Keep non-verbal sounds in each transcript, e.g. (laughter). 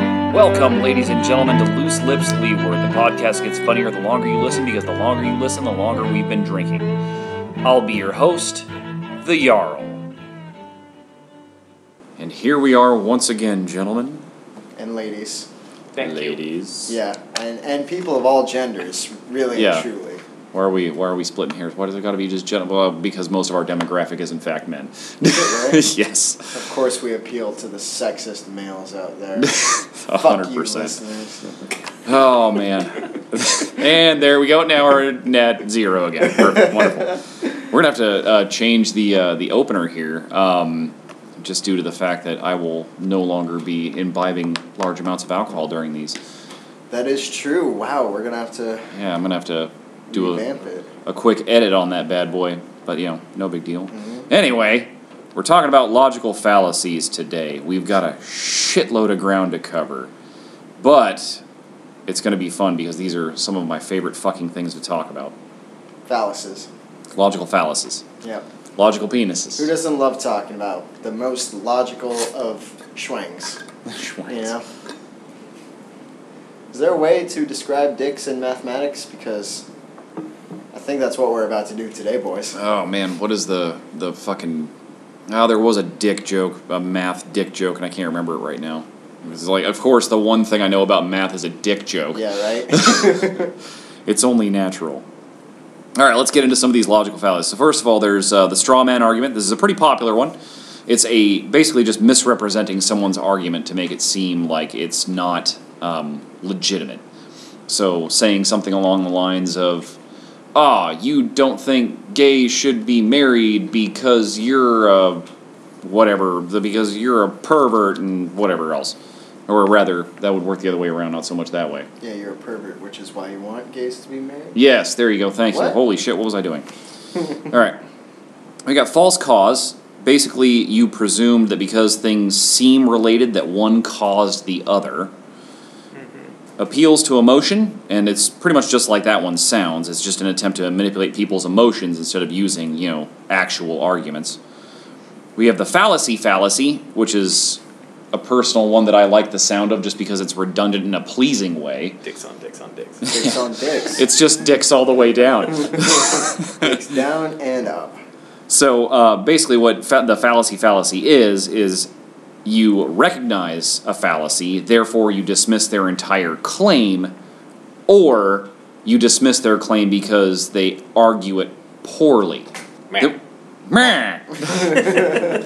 Welcome, ladies and gentlemen, to Loose Lips Leeward. The podcast gets funnier the longer you listen because the longer you listen, the longer we've been drinking. I'll be your host, the Jarl. And here we are once again, gentlemen, and ladies. Thank ladies. Yeah, and and people of all genders, really Yeah. and truly. Why are we Why are we splitting hairs? Why does it got to be just gentlemen? Well, because most of our demographic is in fact men. Right? (laughs) yes, Of course, we appeal to the sexist males out there. (laughs) a Fuck hundred you, percent. listeners. Oh man. and there we go. Now we're net zero again. Perfect. Wonderful. We're gonna have to uh, change the uh, the opener here, um, just due to the fact that I will no longer be imbibing large amounts of alcohol during these. That is true. Wow, we're gonna have to Yeah, I'm gonna have to do a, revamp it. a quick edit on that bad boy, but you know, no big deal. Mm-hmm. Anyway, we're talking about logical fallacies today. We've got a shitload of ground to cover, but it's gonna be fun because these are some of my favorite fucking things to talk about. Phalluses. Logical fallacies. Yep. Logical Who penises. doesn't love talking about the most logical of schwangs? (laughs) You know. Is there a way to describe dicks in mathematics? Because I think that's what we're about to do today, boys. Oh man, what is the the fucking? Oh, there was a dick joke, a math dick joke, and I can't remember it right now. It's like, of course, the one thing I know about math is a dick joke. Yeah, (laughs) right. (laughs) It's only natural. All right, let's get into some of these logical fallacies. So first of all, there's uh, the straw man argument. This is a pretty popular one. It's a basically just misrepresenting someone's argument to make it seem like it's not um, legitimate. So saying something along the lines of, "Ah, you don't think gays should be married because you're a whatever, the- because you're a pervert and whatever else," or rather, that would work the other way around, not so much that way. yeah, you're a pervert, which is why you want gays to be married. (laughs) Yes, there you go. Thank you. What? Holy shit, what was I doing? (laughs) All right. We got false cause. Basically, you presumed that because things seem related, that one caused the other. Appeals to emotion, and it's pretty much just like that one sounds. It's just an attempt to manipulate people's emotions instead of using, you know, actual arguments. We have the fallacy fallacy, which is a personal one that I like the sound of just because it's redundant in a pleasing way. Dicks on dicks on (laughs) dicks. Dicks on dicks. It's just dicks all the way down. It's down and up. So uh, basically, what fa- the fallacy fallacy is is you recognize a fallacy, therefore you dismiss their entire claim, or you dismiss their claim because they argue it poorly. Meh. Yep. Meh.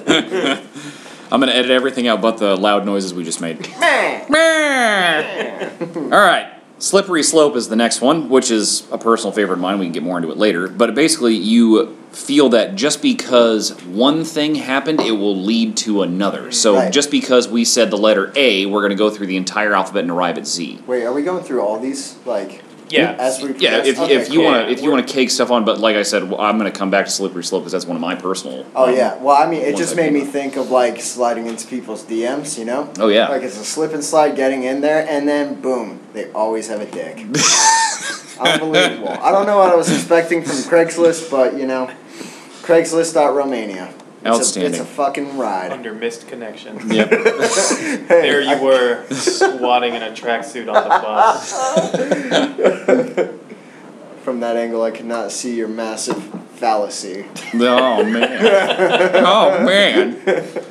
(laughs) I'm gonna edit everything out but the loud noises we just made. Meh. All right. Slippery slope is the next one, which is a personal favorite of mine. We can get more into it later. But basically, you feel that just because one thing happened, it will lead to another. So Right. just because we said the letter A, we're going to go through the entire alphabet and arrive at Z. Wait, are we going through all these? Like, Yeah. as we Yeah, progress? if, Okay, if you cool. want to if you want to cake stuff on, but like I said, I'm going to come back to slippery slope because that's one of my personal. Oh yeah. Well, I mean, it One just second. made me think of like sliding into people's DMs, you know? Oh, yeah. Like it's a slip and slide getting in there, and then boom, they always have a dick. (laughs) Unbelievable. I don't know what I was expecting from Craigslist, but you know, Craigslist.Romania. It's A, Outstanding. it's a fucking (laughs) ride. Under missed connection. Yep. There (laughs) you (laughs) were, squatting in a tracksuit on the bus. (laughs) From that angle, I could not see your massive fallacy. Oh man! Oh man!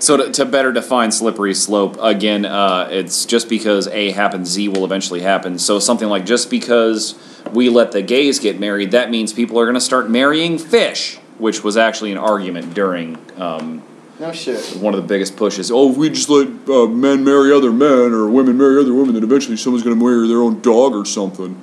So to, to better define slippery slope again, uh, it's just because A happens, Z will eventually happen. So something like just because we let the gays get married, that means people are going to start marrying fish, which was actually an argument during um, No shit. one of the biggest pushes. Oh, if we just let uh, men marry other men or women marry other women, then eventually someone's going to marry their own dog or something.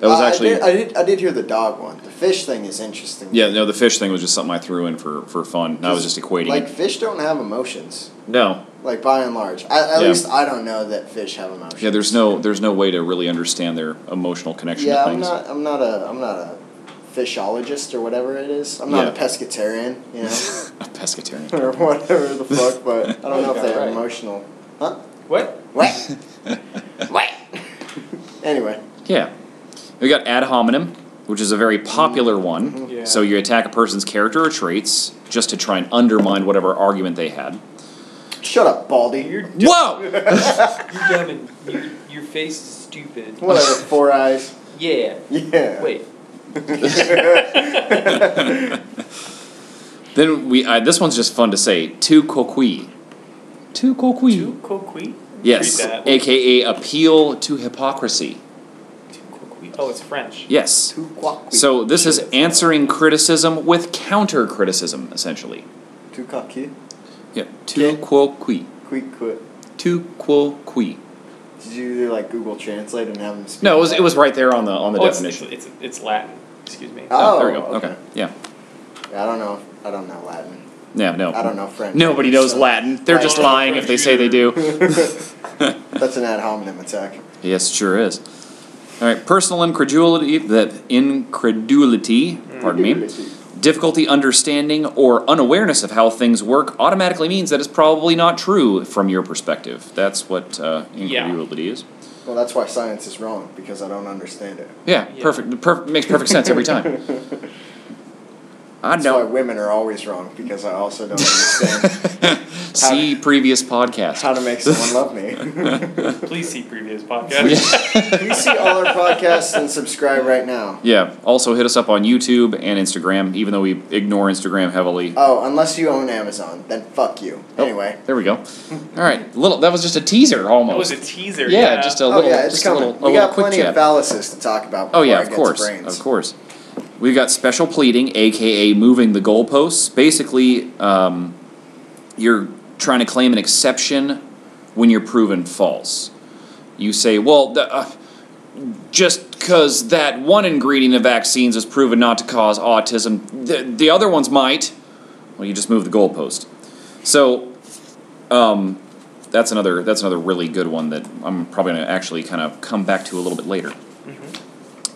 That was Uh, actually I did, I did. I did hear the dog one. The fish thing is interesting. yeah. No, the fish thing was just something I threw in for for fun. I was just equating Like it. fish don't have emotions. No, Like by and large, at, at Yeah. least I don't know that fish have emotions. Yeah, there's no there's no way to really understand their emotional connection Yeah, to I'm things. (laughs) not. I'm not a. I'm not a fishologist or whatever it is. I'm not a Yeah. pescatarian, you (laughs) know, (laughs) a pescatarian. or whatever the fuck. But I don't know if Yeah, they're right. emotional. Huh? What? (laughs) What? what? anyway, Yeah. We got ad hominem, which is a very popular Mm-hmm. one. Yeah. So you attack a person's character or traits just to try and undermine whatever argument they had. Shut up, Baldy. You're dumb. Whoa! (laughs) You're dumb and you, your face is stupid. Whatever, four eyes. Yeah. Yeah. (laughs) Wait. Then we uh, this one's just fun to say. Tu coqui. Tu coqui. Two coqui? Yes, Read that. aka appeal to hypocrisy. Two coqui. Oh, it's French. Yes. So this is answering criticism with counter criticism, essentially. Two cocky. Yeah. Tu Okay. coqui. Quick, quick. Tu coqui. Did you do like Google Translate and have them speak? No, it was, it was right there on the on the oh, it's, it's, definition. it's, it's Latin. Excuse me. Uh, oh, there we Oh, go. Okay. okay. Yeah. I don't know. I don't know Latin. Yeah. No. I don't know French. Nobody knows So Latin. They're I just don't know lying if they say they (laughs) do. (laughs) That's an ad hominem attack. yes, sure is. All right, personal incredulity that incredulity, pardon me, difficulty understanding or unawareness of how things work automatically means that it's probably not true from your perspective. That's what uh, Yeah. incredulity is. Well, that's why science is wrong because I don't understand it. Yeah, Yeah. perfect. Perfect makes perfect sense every time. (laughs) I That's why know. women are always wrong because I also don't (laughs) understand See previous podcast. how to make someone (laughs) love me. (laughs) Please see previous podcast. Please see all our podcasts and subscribe right now. Yeah. Also, hit us up on YouTube and Instagram, even though we ignore Instagram heavily. Oh, unless you own Amazon, then fuck you. Oh. Anyway, There we go. All right. Little. That was just a teaser, That was almost. a teaser. yeah, just a oh, little. yeah, it's just a coming. little. A we little got quick plenty jab. of fallacies to talk about. oh before I yeah, of get to course, brains. of course. We've got special pleading, aka moving the goalposts. Basically, um, you're trying to claim an exception when you're proven false. You say, well, the, uh, just because that one ingredient of vaccines is proven not to cause autism, the, the other ones might. Well, you just move the goalpost. So, um, that's another that's another really good one that I'm probably going to actually kind of come back to a little bit later.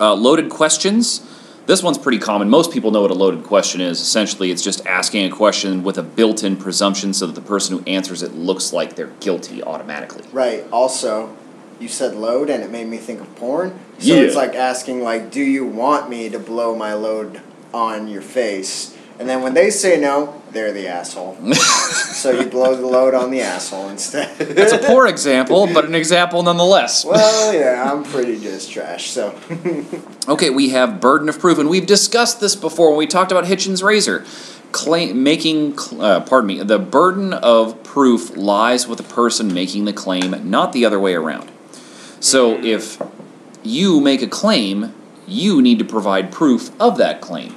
Uh, loaded questions. This one's pretty common. Most people know what a loaded question is. Essentially, it's just asking a question with a built in presumption so that the person who answers it looks like they're guilty automatically. Right. Also, you said load, and it made me think of porn. So Yeah. it's like asking, like, do you want me to blow my load on your face? And then when they say no, they're the (laughs) asshole. so you blow the load on the asshole instead. (laughs) That's a poor example, but an example nonetheless. well, yeah, I'm pretty just trash. So Okay, we have burden of proof, and we've discussed this before when we talked about Hitchens' razor. Claim, making, cl- uh, pardon me, the burden of proof lies with the person making the claim, not the other way around. So if you make a claim, you need to provide proof of that claim.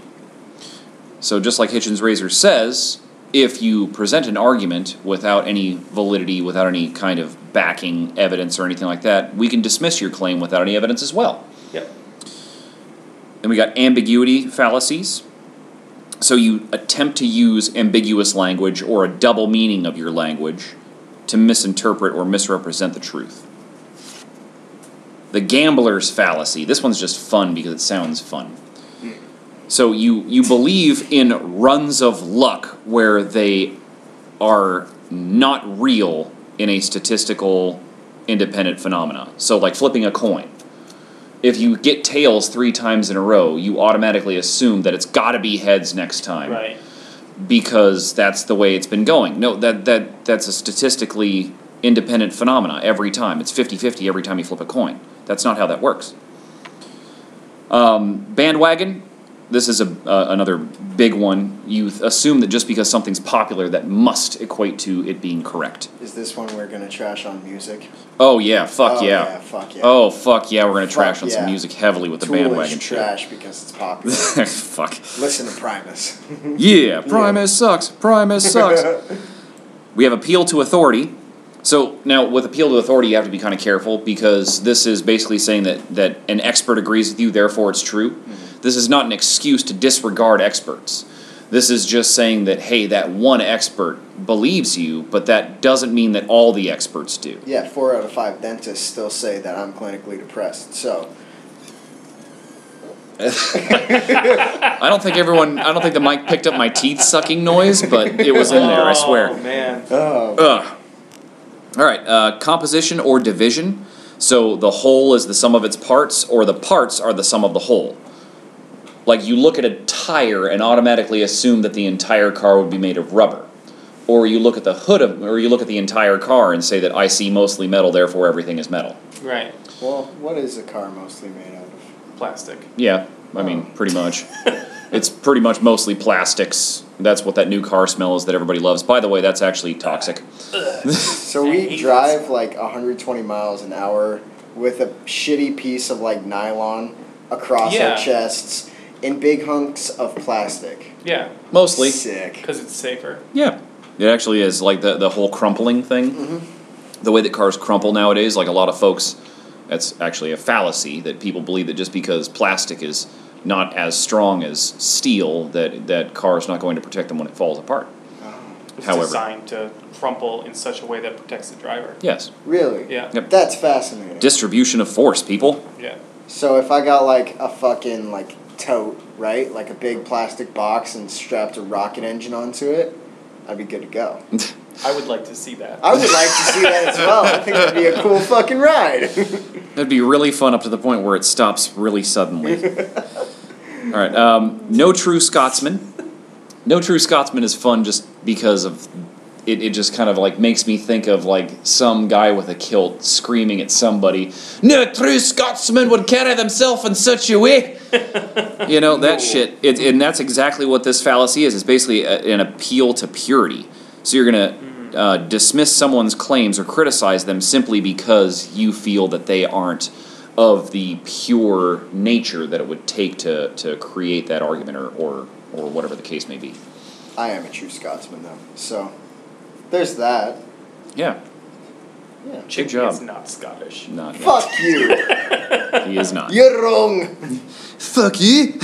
So just like Hitchens' razor says, if you present an argument without any validity, without any kind of backing evidence or anything like that, we can dismiss your claim without any evidence as well. Yep. Then we got ambiguity fallacies. So you attempt to use ambiguous language or a double meaning of your language to misinterpret or misrepresent the truth. The gambler's fallacy. This one's just fun because it sounds fun. So you you believe in runs of luck where they are not real in a statistical independent phenomena. So like flipping a coin if you get tails three times in a row, you automatically assume that it's got to be heads next time Right. because that's the way it's been going. No, that that that's a statistically independent phenomena every time. It's 50-50 every time you flip a coin. That's not how that works. Um, bandwagon. This is a uh, another big one. You th- assume that just because something's popular, that must equate to it being correct. is this one we're gonna trash on music? Oh yeah, fuck Oh, yeah. yeah, fuck yeah. Oh fuck yeah, we're gonna Fuck trash on some yeah. music heavily with the Tool bandwagon is shit. trash because it's popular. (laughs) Fuck. Listen to Primus. Yeah, Primus sucks. Primus (laughs) sucks. we have appeal to authority. So now with appeal to authority, you have to be kind of careful because this is basically saying that that an expert agrees with you, therefore it's true. This is not an excuse to disregard experts. This is just saying that hey, that one expert believes you, but that doesn't mean that all the experts do. Yeah, four out of five dentists still say that I'm clinically depressed. So I don't think everyone. I don't think the mic picked up my teeth sucking noise, but it was in there. I swear. Oh man. Oh, Ugh. All right, uh, composition or division. So the whole is the sum of its parts, or the parts are the sum of the whole. Like you look at a tire and automatically assume that the entire car would be made of rubber, or you look at the hood of, or you look at the entire car and say that I see mostly metal, therefore everything is metal. Right. Well, what is a car mostly made out of? (laughs) Plastic. Yeah, I mean, pretty much. it's pretty much mostly plastics. That's what that new car smell is that everybody loves. By the way, that's actually toxic. So I we hate drive like 120 miles an hour with a shitty piece of like nylon across Yeah. our chests in big hunks of plastic. Yeah, Mostly. Sick. because it's safer. Yeah. It actually is like the the whole crumpling thing. The way that cars crumple nowadays, like a lot of folks, that's actually a fallacy that people believe that just because plastic is not as strong as steel, that that car is not going to protect them when it falls apart. It's However. designed to crumple in such a way that protects the driver. Yes. Really? Yeah. Yep. That's fascinating. Distribution of force, people. Yeah. so if I got like a fucking like tote, right? Like a big plastic box and strapped a rocket engine onto it, I'd be good to go. I would like to see that. I would like to see that as well. I think it'd be a cool fucking ride. That'd be really fun up to the point where it stops really suddenly. All right. Um, no true Scotsman. No true Scotsman is fun just because of it. It just kind of like makes me think of like some guy with a kilt screaming at somebody. No true Scotsman would carry themselves in such a way. you know that shit. It, and that's exactly what this fallacy is. It's basically a, an appeal to purity. So you're gonna. Uh, dismiss someone's claims or criticize them simply because you feel that they aren't of the pure nature that it would take to, to create that argument or, or, or whatever the case may be. I am a true Scotsman though, so there's that. Yeah. Yeah. Chicken job. is not Scottish. Not yet. Fuck you. He is not. You're wrong. Fuck (laughs) you.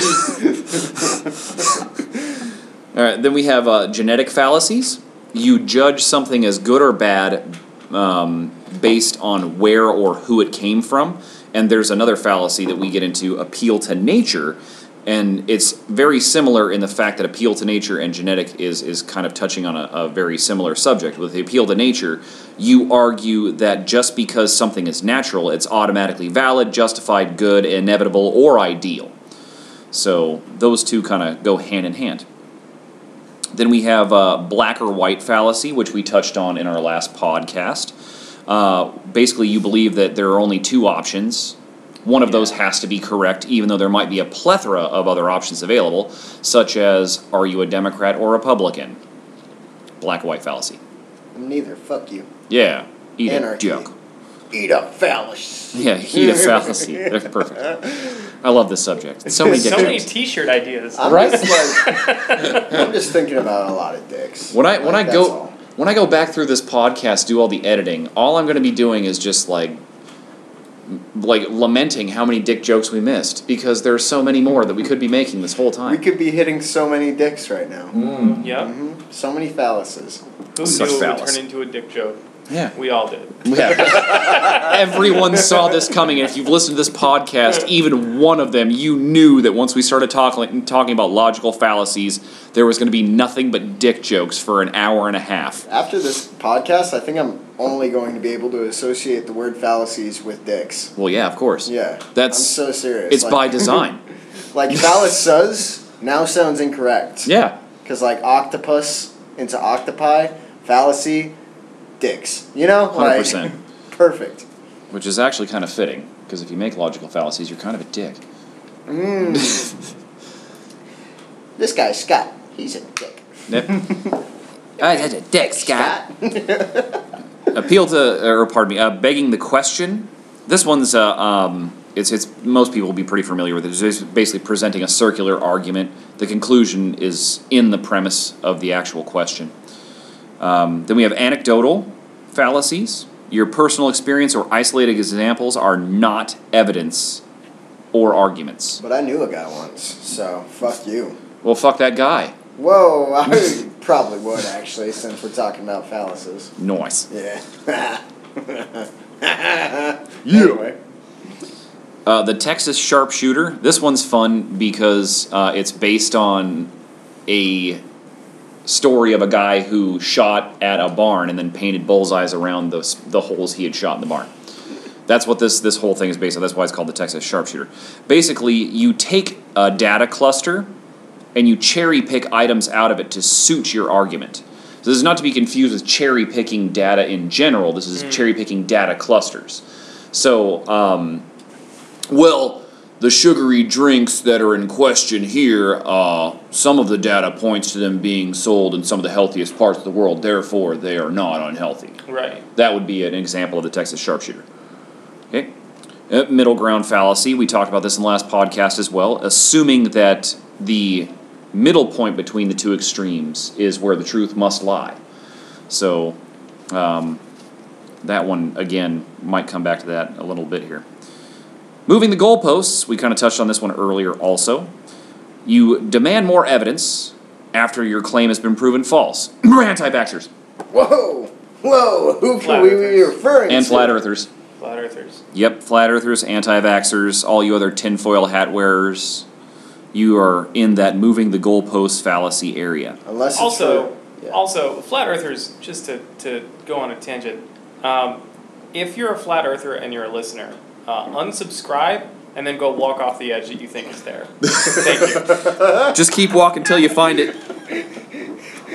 All right. Then we have uh, genetic fallacies. You judge something as good or bad um, based on where or who it came from. And there's another fallacy that we get into: appeal to nature. And it's very similar in the fact that appeal to nature and genetic is is kind of touching on a, a very similar subject. With the appeal to nature, you argue that just because something is natural, it's automatically valid, justified, good, inevitable, or ideal. So those two kind of go hand in hand. Then we have uh, black or white fallacy, which we touched on in our last podcast. Uh, basically, you believe that there are only two options. One of those has to be correct, even though there might be a plethora of other options available, such as are you a Democrat or Republican? Black white fallacy. I'm neither. Fuck you. Yeah, eat Anarchy. a joke. Eat up phallus. Yeah, (laughs) eat a fallacy. They're perfect. I love this subject. So many dick So many jokes. T-shirt ideas. I'm Right? Just like, I'm just thinking about a lot of dicks. When I when Like, I that's go all. when I go back through this podcast, do all the editing. All I'm going to be doing is just like m- like lamenting how many dick jokes we missed because there are so many more that we could be making this whole we time. could be hitting so many dicks right now. Hmm? Yep. Mhm. So many phalluses. Who Such knew it would phallus. turn into a dick joke? Yeah. We all did. yeah. (laughs) Everyone saw this coming, and if you've listened to this podcast, even one of them, you knew that once we started talking talking about logical fallacies, there was going to be nothing but dick jokes for an hour and a half. After this podcast, I think I'm only going to be able to associate the word fallacies with dicks. Well, yeah, of course. Yeah. That's- I'm so serious. It's like, by design. (laughs) like phalluses now sounds incorrect. yeah. Because like octopus into octopi, fallacy, dicks. You know, like 100%. (laughs) perfect. which is actually kind of fitting because if you make logical fallacies, you're kind of a dick. Mm. This guy Scott, he's a dick. (laughs) that's a dick, Appeal to, or pardon me, uh, begging the question. This one's, uh, um, it's, it's most people will be pretty familiar with it. It's basically presenting a circular argument. The conclusion is in the premise of the actual question. Um, then we have anecdotal fallacies. Your personal experience or isolated examples are not evidence or arguments. (laughs) But I knew a guy once, so fuck you. Well, fuck that guy. Whoa, I (laughs) probably would actually, since we're talking about phalluses. Noise. Yeah. (laughs) Anyway, Uh, the Texas Sharpshooter. This one's fun because uh, it's based on a story of a guy who shot at a barn and then painted bullseyes around the, s- the holes he had shot in the barn. That's what this this whole thing is based on. That's why it's called the Texas Sharpshooter. Basically, you take a data cluster and you cherry pick items out of it to suit your argument. So this is not to be confused with cherry picking data in general. This is cherry picking data clusters. So, um, well, the sugary drinks that are in question here, uh, some of the data points to them being sold in some of the healthiest parts of the world. Therefore, they are not unhealthy. Right. That would be an example of the Texas sharpshooter. Okay. Uh, Middle ground fallacy. We talked about this in the last podcast as well. Assuming that the middle point between the two extremes is where the truth must lie. So, um, that one, again, might come back to that a little bit here. Moving the goalposts, we kind of touched on this one earlier also. You demand more evidence after your claim has been proven false. (clears throat) Anti vaxxers Whoa, whoa, who Flat can we be earthers. referring and to? flat earthers. Flat earthers. Yep, flat earthers, anti vaxxers, all you other tinfoil hat wearers, you are in that moving the goalpost fallacy area. Unless it's also, for- yeah. also flat earthers. Just to, to go on a tangent, um, if you're a flat earther and you're a listener, uh, unsubscribe and then go walk off the edge that you think (laughs) is there. Thank you. Just keep walking till you find it.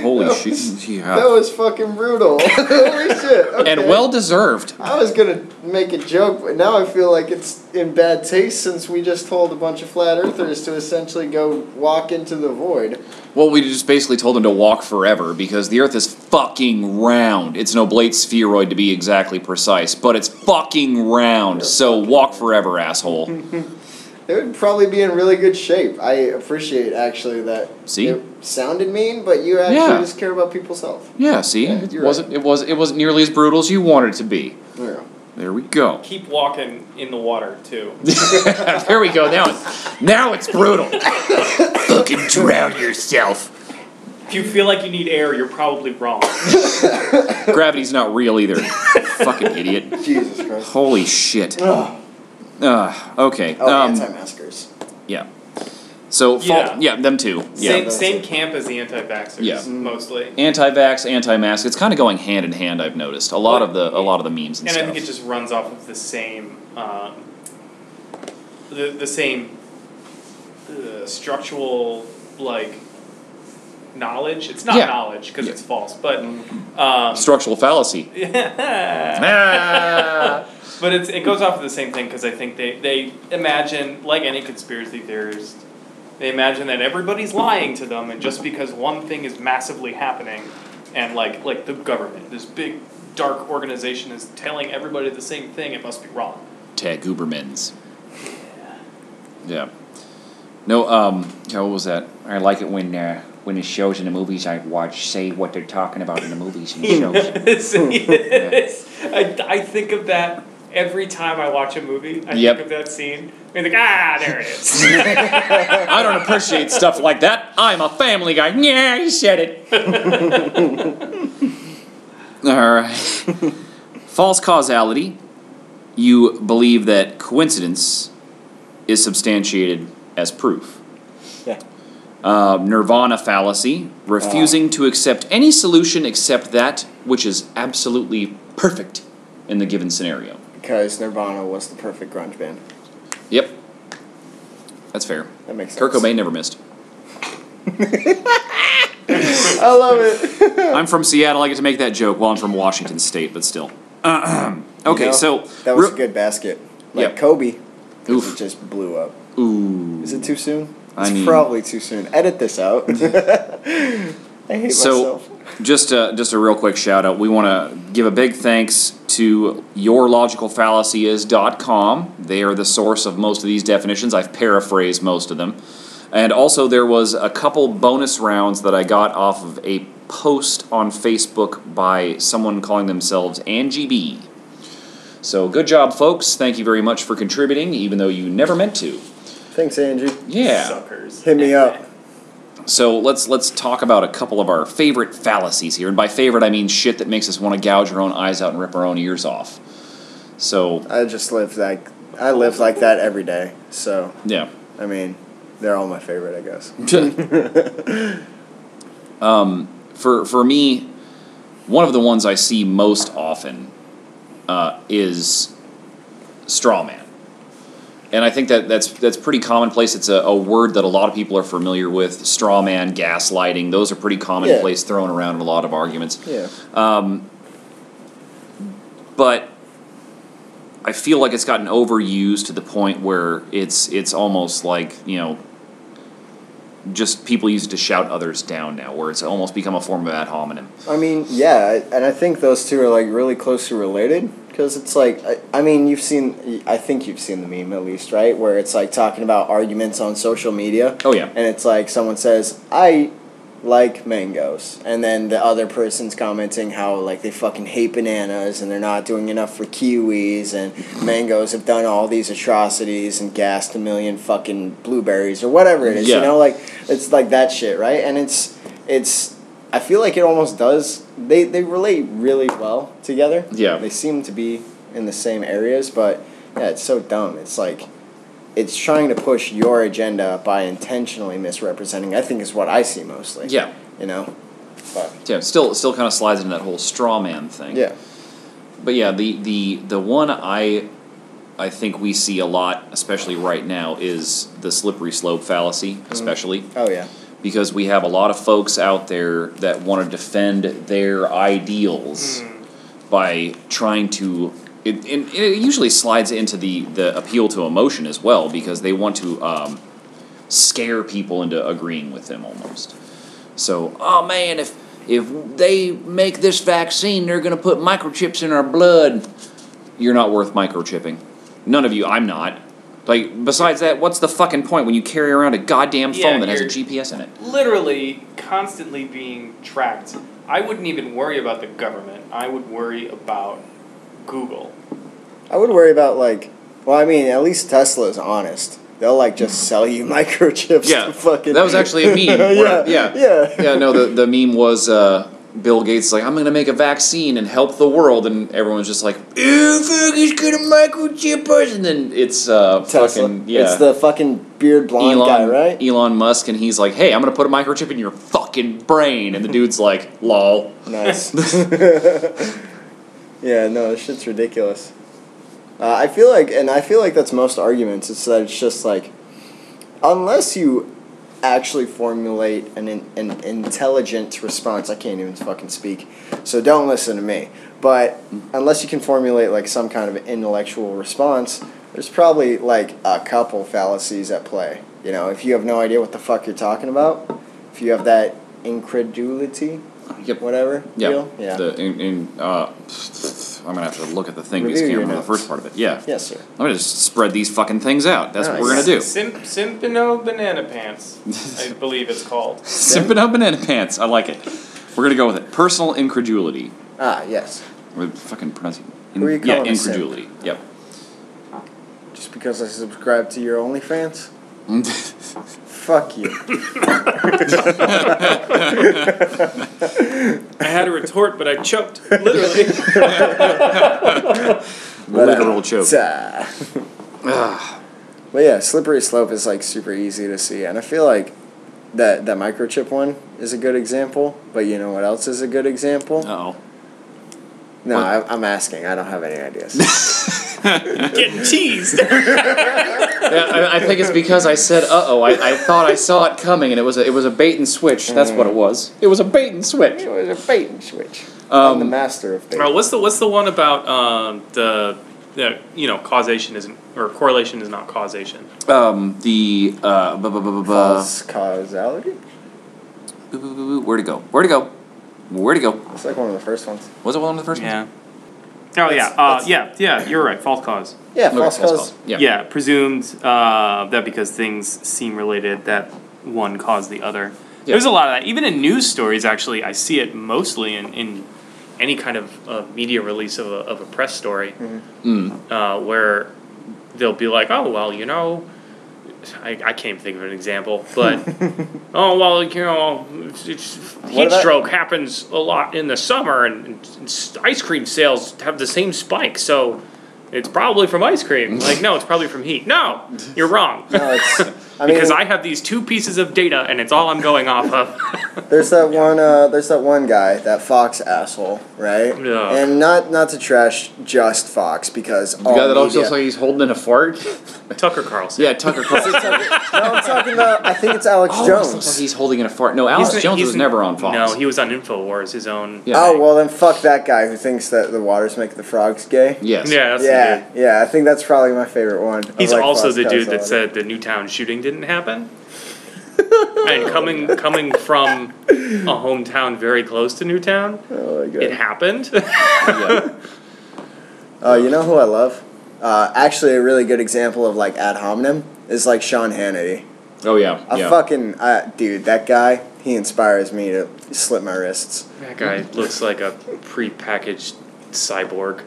Holy shit. (laughs) That Yeah. was fucking brutal. (laughs) Holy shit. Okay. And well deserved. I was gonna make a joke, but now I feel like it's in bad taste since we just told a bunch of flat earthers to essentially go walk into the void. Well, we just basically told him to walk forever because the Earth is fucking round. It's an oblate spheroid to be exactly precise, but it's fucking round. So walk forever, asshole. It would probably be in really good shape. I appreciate actually that. See? It sounded mean, but you actually Yeah. just care about people's health. Yeah, see, Yeah, it you're wasn't it was it wasn't nearly as brutal as you wanted it to be. Yeah. There we go. Keep walking in the water too. (laughs) there we go. Now it's now it's brutal. fucking drown yourself. If you feel like you need air, you're probably wrong. Gravity's not real either. fucking idiot. Jesus Christ. Holy shit. Ugh. Uh, okay. Oh, um, anti-maskers. yeah. So Yeah. Fall, yeah, them too. Yeah. same that's same it. camp as the anti-vaxxers, Yeah. mostly. anti-vax, anti-mask. It's kind of going hand in hand. I've noticed a lot of the a lot of the memes and, and I stuff. think it just runs off of the same, um, the the same uh, structural like knowledge. It's not Yeah. knowledge because Yeah. Mm-hmm. it's false, but um, (laughs) Structural fallacy. Ah. but it's, it goes off of the same thing because I think they they imagine like any conspiracy theorist. They imagine that everybody's lying to them, and just because one thing is massively happening, and like like the government, this big dark organization is telling everybody the same thing, it must be wrong. Tag Ubermans. Yeah. No. Um. yeah, What was that? I like it when uh, when the shows and the movies I watch say what they're talking about in the movies and the shows. (laughs) It's- it's- I, I think of that every time I watch a movie. I Yep. think of that scene. I think, ah, there it is. (laughs) I don't appreciate stuff like that. I'm a Family Guy. Yeah, he said it. (laughs) All right. False causality. You believe that coincidence is substantiated as proof. Yeah. Uh, nirvana fallacy. Oh. Refusing to accept any solution except that which is absolutely perfect in the given scenario. Because Nirvana was the perfect grunge band. Yep. That's fair. That makes sense. Kurt Cobain never missed. I love it. I'm from Seattle. I get to make that joke. Well, I'm from Washington State, but still. (clears throat) okay, You know, so that was re- a good basket. Like Yeah. Kobe. 'cause Oof. It just blew up. Ooh. Is it too soon? I it's mean- probably too soon. Edit this (laughs) out. I hate So, myself. just a, just a real quick shout out. We want to give a big thanks to yourlogicalfallacyis.com. They are the source of most of these definitions. I've paraphrased most of them. And also, there was a couple bonus rounds that I got off of a post on Facebook by someone calling themselves Angie B. So, good job, folks. Thank you very much for contributing, even though you never meant to. Thanks, Andrew. Yeah. Suckers. Hit me up. So let's let's talk about a couple of our favorite fallacies here, and by favorite I mean shit that makes us want to gouge our own eyes out and rip our own ears off. So I just live like I live like that every day. So yeah, I mean, they're all my favorite, I guess. um, for for me, one of the ones I see most often uh, is straw man. and I think that that's that's pretty commonplace. It's a, a word that a lot of people are familiar with. Straw man, gaslighting. Those are pretty commonplace, thrown around in a lot of arguments. Yeah. Um, but I feel like it's gotten overused to the point where it's it's almost like you know just people use it to shout others down now, where it's almost become a form of ad hominem. I mean, yeah, and I think those two are like really closely related because it's like I, I mean you've seen I think you've seen the meme at least right where it's like talking about arguments on social media Oh yeah, and it's like someone says I like mangoes and then the other person's commenting how like they fucking hate bananas and they're not doing enough for kiwis and mangoes have done all these atrocities and gassed a million fucking blueberries or whatever it is Yeah. you know like it's like that shit right and it's it's I feel like it almost does. They they relate really well together. Yeah. They seem to be in the same areas, but yeah, it's so dumb. It's like it's trying to push your agenda by intentionally misrepresenting. I think is what I see mostly. yeah, You know. But yeah. Still, still kind of slides into that whole straw man thing. yeah. But yeah, the the the one I I think we see a lot, especially right now, is the slippery slope fallacy, especially Oh yeah. because we have a lot of folks out there that want to defend their ideals Hmm. by trying to. It, and it usually slides into the, the appeal to emotion as well because they want to um, scare people into agreeing with them almost. So, oh man, if if they make this vaccine, they're going to put microchips in our blood. You're not worth microchipping. None of you. I'm not. Like, besides that, what's the fucking point when you carry around a goddamn Yeah, phone that has a you're- GPS in it? literally constantly being tracked. I wouldn't even worry about the government. I would worry about Google. I would worry about like. Well, I mean, at least Tesla's honest. They'll like just sell you (laughs) microchips. Mm. Yeah, To fucking. that was (laughs) actually a meme, where- yeah. yeah. Yeah. yeah, no, the, the meme was uh, Bill Gates is like, I'm going to make a vaccine and help the world. And everyone's just like, ew, fuck, it's going to microchip us. And then it's uh, Tesla. fucking, yeah. It's the fucking beard blonde Elon, guy, right? Elon Musk, and he's like, hey, I'm going to put a microchip in your fucking brain. And the dude's like, lol. Nice. (laughs) yeah, no, this shit's ridiculous. Uh, I feel like, and I feel like that's most arguments. It's that it's just like, unless you actually formulate an in, an intelligent response, I can't even fucking speak. So don't listen to me. But unless you can formulate like some kind of intellectual response, there's probably like a couple fallacies at play. You know, if you have no idea what the fuck you're talking about, if you have that incredulity, Yep. whatever. Yeah. deal? Yeah. The, in, in, uh, I'm going to have to look at the thing because I Review your can't remember the notes. first part of it. Yeah. yes, sir. I'm going to just spread these fucking things out. That's what we're Nice. going to do. Simp, Simpino Banana Pants, (laughs) I believe it's called. Sipping (laughs) up banana pants. I like it. We're gonna go with it. Personal incredulity. Ah, yes. We're fucking pronouncing. Who are you yeah, calling a simp? incredulity. (laughs) Yep. Just because I subscribe to your OnlyFans? Fuck (laughs) you. I had a retort, but I choked. (laughs) Literally. Literal choke. (laughs) Ah. but yeah, slippery slope is like super easy to see, and I feel like that that microchip one is a good example. But you know what else is a good example? Oh. no, what? I, I'm asking. I don't have any ideas. (laughs) (laughs) Getting teased. Yeah, I, I think it's because I said, "Uh oh." I, I thought I saw it coming, and it was a, it was a bait and switch. That's what it was. It was a bait and switch. it was a bait and switch. I'm the Um, master of bait. Bro, what's the what's the one about um, the, the you know causation isn't or correlation is not causation? um, the uh, bu- bu- bu- bu- bu- False causality? bu- bu- bu- where to go? Where to go? Where to go? It's like one of the first ones. Was it one of the first ones? Oh That's- yeah, uh, that's- yeah, yeah. You're right. False cause. Yeah, Okay, false, false cause. cause. Yeah. Yeah. presumed uh, that because things seem related, that one caused the other. Yeah. There's a lot of that. Even in news stories, actually, I see it mostly in, in any kind of uh, media release of a, of a press story, Mm. uh, where they'll be like, "Oh well, you know." I, I can't even think of an example, but oh well, you know, it's, it's, heat about- stroke happens a lot in the summer, and, and s- ice cream sales have the same (laughs) spike, so it's probably from ice cream. Like, no, it's probably from heat. No, you're wrong. No, it's I mean- because I have these two pieces of data and it's all I'm going off (laughs) of. There's that one. Uh, there's that one guy, that Fox asshole, right? Yeah. And not not to trash just Fox because The all guy that also media- looks like he's holding in a fart. Tucker Carlson. (laughs) Yeah, Tucker Carlson. No, I'm talking about. I think it's Alex (laughs) Oh, it looks like Jones. he's holding in a fart. No, Alex He's- Jones he's- was never on Fox. No, he was on Infowars, his own. Yeah. Oh well, then fuck that guy who thinks that the waters make the frogs gay. Yes. Yeah, that's the dude. Yeah, yeah. I think that's probably my favorite one. I He's like also Fox the dude that Castle. said the Newtown shooting didn't (laughs) happen. and coming coming from a hometown very close to Newtown, Oh my god. it (laughs) happened. Yeah. Oh, you know who I love? Uh, actually, a really good example of like ad hominem is like Sean Hannity. Oh yeah. I yeah. fucking uh, dude, that guy. He inspires me to slit my wrists. that guy looks like a prepackaged (laughs) cyborg.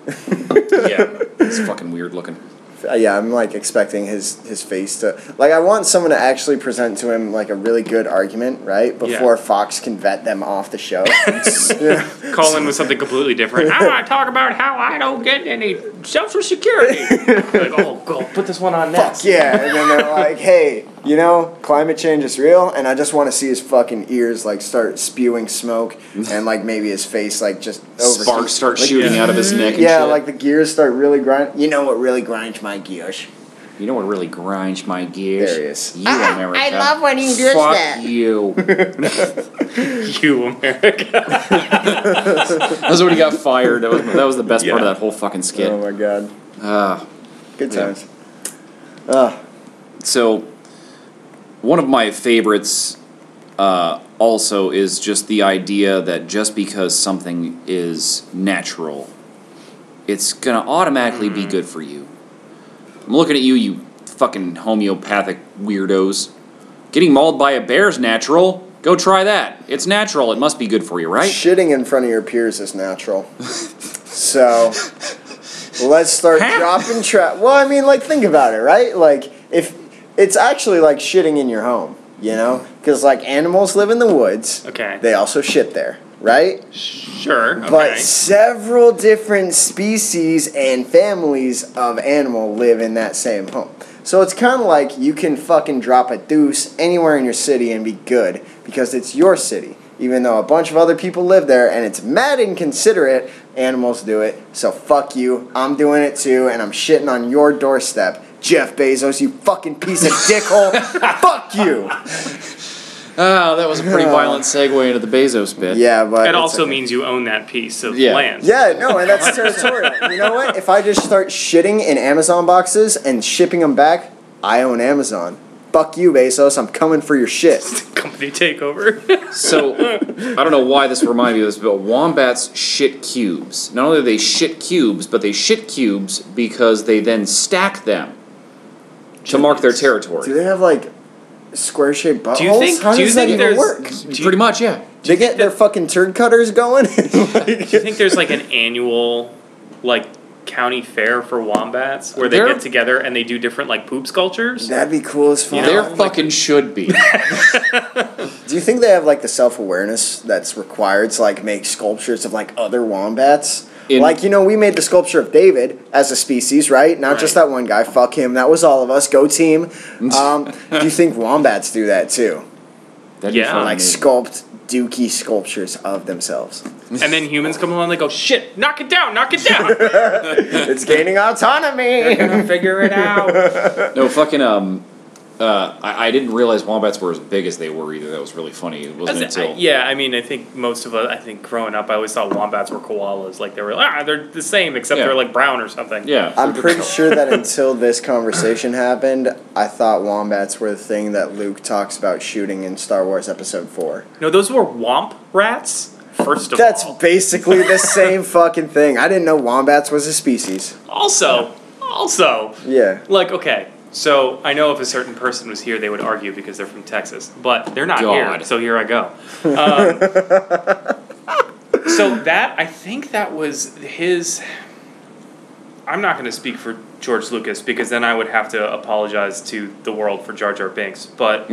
yeah. It's fucking weird looking. Uh, yeah, I'm like expecting his his face to like. I want someone to actually present to him like a really good argument, right? Before Fox can vet them off the (laughs) show. (laughs) Yeah. Colin was something completely (laughs) different. I want to talk about how I don't get any social security. like, oh, go put this one on next. Fuck yeah! And then they're like, "Hey, you know, climate change is real," and I just want to see his fucking ears like start spewing (laughs) smoke, and like maybe his face like just overheat. Sparks start shooting out of his neck. And Yeah, shit. like the gears start really grind. You know what really grinds my gears? you know what really grinds my gears? There he is. You America. Ah, I love when he does Fuck (laughs) that. you. You America. That's when he got fired. That was that was the best part of Yeah. that whole fucking skit. Oh my god, Ah. good Yeah. times. Ah, Ugh. so one of my favorites uh, also is just the idea that just because something is natural it's going to automatically be good for you i'm looking at you you fucking homeopathic weirdos getting mauled by a bear's natural go try that it's natural it must be good for you (laughs) right Shitting in front of your peers is (laughs) natural. so let's start dropping trap. Well, I mean, like, think about it, right? Like, if it's actually like shitting in your home, you know? Because, like, animals live in the woods, Okay. they also shit there, right? Sure. Okay. But several different species and families of animal live in that same home. So it's kind of like you can fucking drop a deuce anywhere in your city and be good because it's your city, even though a bunch of other people live there and it's mad inconsiderate. Animals do it, so fuck you. I'm doing it too, and I'm shitting on your doorstep. Jeff Bezos, you fucking piece of dickhole. fuck you. oh that was a pretty violent segue into the bezos bit Yeah, but it it's also okay. means you own that piece of Yeah. land. Yeah, no, and that's territorial. You know what? If I just start shitting in Amazon boxes and shipping them back, I own Amazon. Fuck you, Bezos. I'm coming for your shit. Company takeover. (laughs) So I don't know why this reminded me of this, but wombats shit cubes. Not only do they shit cubes, but they shit cubes because they then stack them to mark their Do territory. they have like square shaped buttholes? Do you think? How do you does think that even there's? work? Do you, Pretty much, yeah. They get their fucking turd cutters going. (laughs) do (laughs) you think there's like an annual, like county fair for wombats where they There- get together and they do different like poop sculptures? That'd be cool as fuck. Yeah. There fucking should be. Do you think they have like the self awareness that's required to like make sculptures of like other wombats? In- like you know, we made the sculpture of David as a species, right? Not just Right. that one guy. Fuck him. That was all of us. Go team. Um, do you think wombats do that too? That'd Yeah. fucking Like amazing. sculpt dookie sculptures of themselves. And then humans come along, they go, "Shit, knock it down, knock it down." it's gaining (laughs) They're autonomy. gonna figure it out. No fucking um. Uh, I, I didn't realize wombats were as big as they were either. That was really funny. It wasn't That's- I- until yeah, I mean, I think most of us, I think growing up, I always thought wombats were koalas. Like they were, ah, they're the same except Yeah. they're like brown or something. yeah. I'm (laughs) pretty sure that until this conversation happened, I thought wombats were the thing that Luke talks about shooting in Star Wars Episode Four. No, those were womp rats. First of That's all, basically (laughs) the same fucking thing. I didn't know wombats was a species. also, also, Yeah. Like, okay, so I know if a certain person was here, they would argue because they're from Texas, but they're not here, God. so here I go. Um, so that I think that was his. I'm not going to speak for George Lucas because then I would have to apologize to the world for Jar Jar Binks. But (laughs)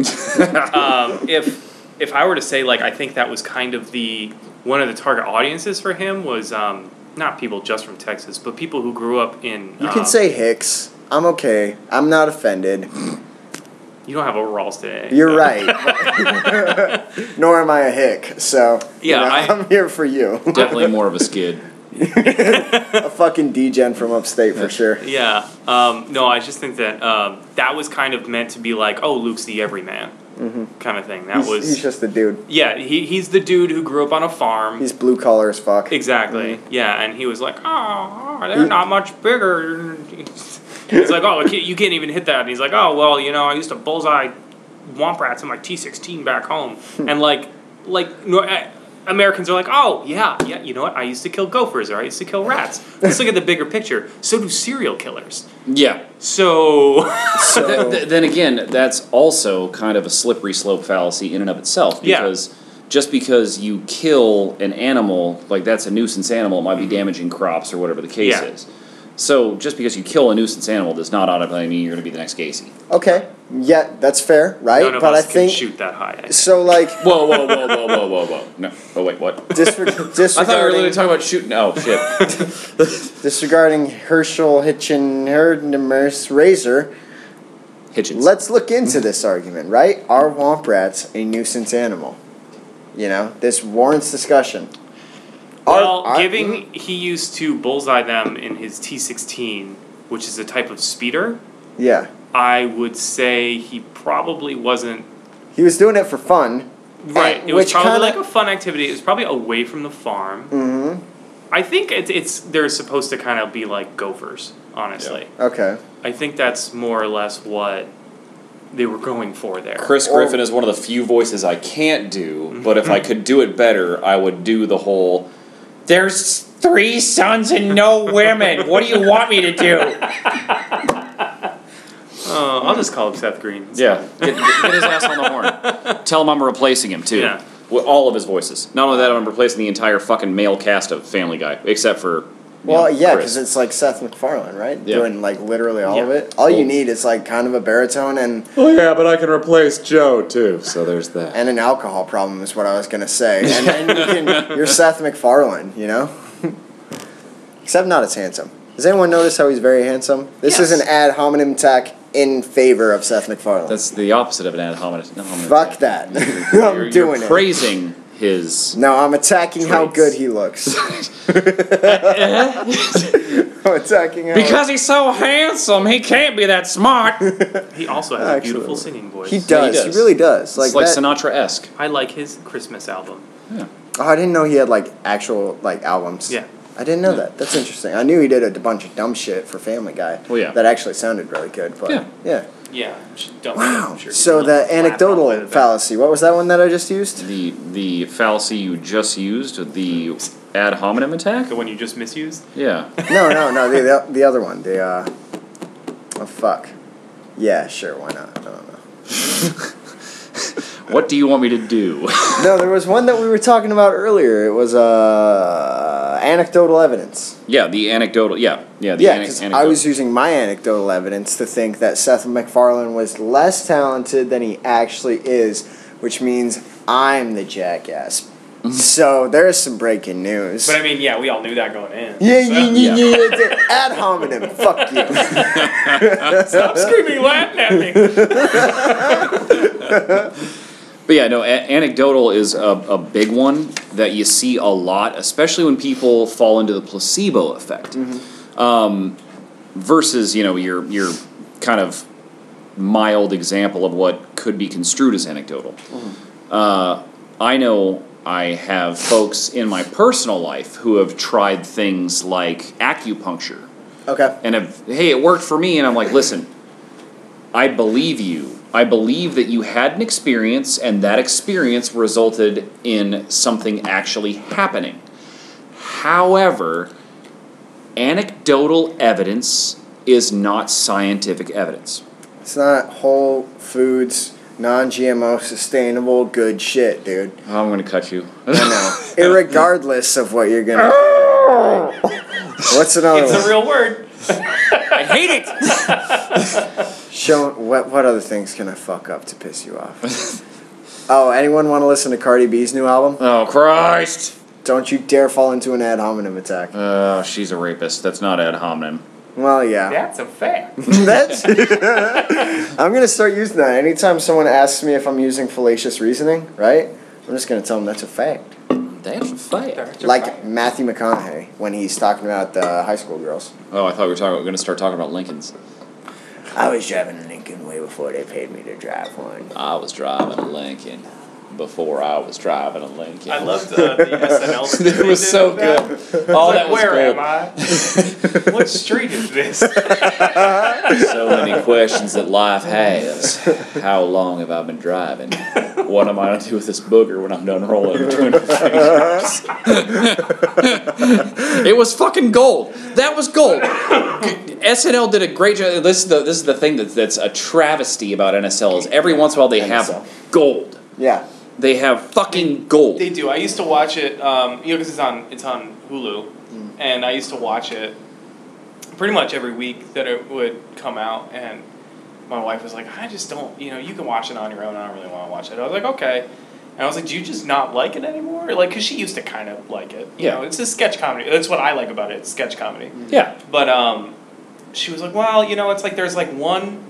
um, if if I were to say like I think that was kind of the one of the target audiences for him was um, not people just from Texas, but people who grew up in You uh, can say Hicks. I'm okay. I'm not offended. You don't have overalls today. You're so. right. (laughs) Nor am I a hick, so you Yeah, know, I- I'm here for you. Definitely more of a skid. (laughs) a fucking degen from upstate for sure. Yeah. Um, no, I just think that um, that was kind of meant to be like, oh, Luke's the everyman kind of thing. That Mm-hmm. He's, was. he's just a dude. yeah, he, he's the dude who grew up on a farm. He's Mm-hmm. blue collar as fuck. (laughs) exactly. Yeah, and he was like, oh, oh, they're not much bigger. (laughs) He's like, oh, you you can't even hit that. And he's like, oh, well, you know, I used to bullseye womp rats in my T16 back home. Hmm. and like, like, no, I, Americans are like, oh, yeah, yeah, you know what? I used to kill gophers or I used to (laughs) kill rats. Let's look at the bigger picture. So do serial killers. Yeah. So (laughs) So Th- th- then again, that's also kind of a slippery slope fallacy in and of itself Yeah. because just because you kill an animal, like that's a nuisance animal, it might be damaging crops or whatever the case Yeah. is. So just because you kill a nuisance animal does not automatically mean you're going to be the next Gacy. okay, yeah, that's fair, right? none of but us I can think shoot that high. so. Like (laughs) Whoa, whoa, whoa, whoa, whoa, whoa, whoa! (laughs) No, oh wait, what? disre- I thought we were disregarding, literally talking about shooting. Oh shit! disregarding Herschel Hitchenherdemers razor. (laughs) Hitchens. Let's look into this argument, right? Are womp rats a nuisance animal? You know, this warrants discussion. Are- Well, are- giving he used to bullseye them in his T16, which is a type of speeder. Yeah. I would say he probably wasn't He was doing it for fun. right. And It was which probably kinda- like a fun activity. It was probably away from the farm. Mm I think it's it's they're supposed to kind of be like gophers. Honestly, hmm. Okay. I think that's more or less what they were going for there. Chris Or- Mm-hmm. Griffin is one of the few voices I can't do, but if I could do it better, I would do the whole. There's three sons and no women. What do you want me to do? Uh, I'll just call up Seth Green. Yeah, get, get his ass on the horn. Tell him I'm replacing him too. Yeah. With all of his voices. Not only that, I'm replacing the entire fucking male cast of Family Guy, except for. you Well, know, yeah, Chris. because it's like Seth MacFarlane, right? Yeah. Doing like literally all of Yeah. it. All you Cool. need is like kind of a baritone and Oh yeah, but I can replace Joe too. So there's that. and an alcohol problem is what I was gonna say. And then you (laughs) can, you're Seth MacFarlane, you know. Except not as handsome. Does anyone notice how he's very handsome? This is Yes. an ad hominem tech in favor of Seth MacFarlane. That's the opposite of an ad hominem. no, hominem Fuck attack. that. (laughs) I'm You're, doing you're it. praising his. No, I'm attacking how Traits. good he looks. (laughs) Eh? (laughs) I'm attacking how Because he's so handsome, he can't be that smart. he also has Actually, a beautiful singing voice. he does. He does. really does. Like, It's like that- Sinatra esque. I like his Christmas album. Oh, I didn't know he had like actual like albums. Yeah. I didn't know Yeah. that. That's interesting. I knew he did a bunch of dumb shit for Family Guy. Well, yeah. That actually sounded really good, but Yeah. yeah. Yeah. Don't Wow. so the anecdotal fallacy. What was that one that I (laughs) just used? The the fallacy you just used, the ad hominem attack. The one you just misused? Yeah. no, no, no. The, the, the other one. The uh. Oh fuck. Yeah, sure. Why not? I don't know. What do you want me to do? (laughs) No, there was one that we were talking about earlier. It was uh anecdotal evidence. yeah, the anecdotal. Yeah, yeah. The Yeah, ane- 'cause I anecdotal. was using my anecdotal evidence to think that Seth MacFarlane was less talented than he actually is, which means I'm the jackass. so there's some breaking news. But I mean, yeah, we all knew that going in. yeah, So- yeah, yeah, Yeah. yeah, yeah, it's ad hominem. Fuck you. (laughs) Stop screaming (laughs) Latin at me. But yeah, no, a- anecdotal is a, a big one that you see a lot, especially when people fall into the placebo effect. Um, versus, you know, your your kind of mild example of what could be construed as anecdotal. Uh, I know I have folks in my personal life who have tried things like acupuncture Okay. and have, hey, it worked for me. And I'm like, listen, I believe you. I believe that you had an experience and that experience resulted in something actually happening. However, anecdotal evidence is not scientific evidence. It's not whole foods, non GMO, sustainable, good shit, dude. I'm going to cut you. (laughs) I know. Irregardless of what you're gonna (laughs) What's another It's one? a real word. I hate it. Show what what other things can I fuck up to piss you off? oh, anyone want to listen to Cardi B's new album? oh, Christ. Don't you dare fall into an ad hominem attack. Uh, she's a rapist. That's not ad hominem. Well, yeah. That's a fact. That's. (laughs) I'm gonna start using that anytime someone asks me if I'm using fallacious reasoning. Right? I'm just gonna tell them that's a fact. That's a fact. That's a Like fact. Matthew McConaughey when he's talking about the high school girls. Oh, I thought we were talking. We were going to start talking about Lincolns. I was driving a Lincoln way before they paid me to drive one. I was driving a Lincoln before I was driving a Lincoln. I loved (laughs) uh, the SNL. (laughs) skit It they was did so with that. good. It's Oh, like, that was where gold. (laughs) am I? what street is this? so many questions that life has. How long have I been driving? What am I going to do with this booger when I'm done rolling between my fingers? it was fucking gold. That was gold. SNL did a great job. This is the, this is the thing that's, that's a travesty about NSL is every once in a while they NSL. have gold. Yeah. They have fucking gold. They do. I used to watch it. Um, you know, because it's on it's on Hulu, Mm. and I used to watch it pretty much every week that it would come out. And my wife was like, "I just don't. You know, you can watch it on your own. I don't really want to watch it." I was like, "Okay." And I was like, "Do you just not like it anymore?" Like, cause she used to kind of like it. You Yeah. Mm. know, it's a sketch comedy. That's what I like about it. It's sketch comedy. Yeah. But um, she was like, well, you know, it's like there's like one.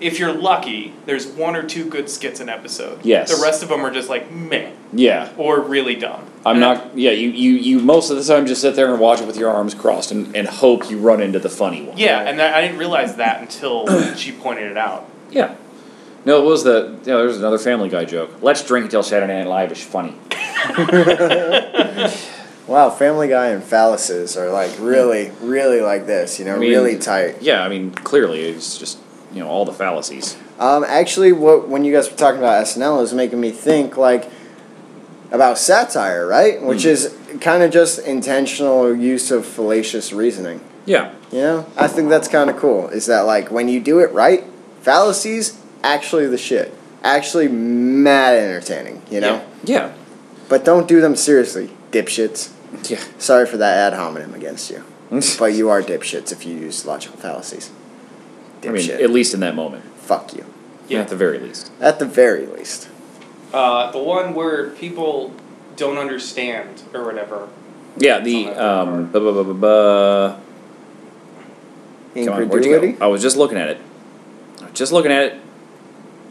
If you're lucky, there's one or two good skits an episode. Yes. The rest of them are just like meh Yeah. or really dumb. I'm And not. Yeah, you, you, you most of the time just sit there and watch it with your arms crossed and, and hope you run into the funny one. Yeah, and that, I didn't realize (coughs) that until she pointed it out. Yeah. No, it was the. You know, there was another Family Guy joke. Let's drink until Saturday Night Live is funny. Wow, Family Guy and phalluses are like really, really like this, you know, I mean- really tight. Yeah, I mean, clearly it's just you know all the fallacies. Um, actually, what when you guys were talking about SNL is making me think like about satire, right? Which Hmm. is kind of just intentional use of fallacious reasoning. Yeah. You know, I think that's kind of cool. Is that like when you do it right, fallacies actually the shit, actually mad entertaining. You know, Yeah. but don't do them seriously, dipshits. Yeah. Sorry for that ad hominem against you, but you are dipshits if you use logical fallacies. (laughs) I mean, Dipshit. at least in that moment. Fuck you. Yeah. At the very least. At the very least. Uh, the one where people don't understand or whatever. Yeah. The um. buh, buh, buh, buh, buh. Come on, where'd you go? Incredulity? I was just looking at it. I was Just looking at it.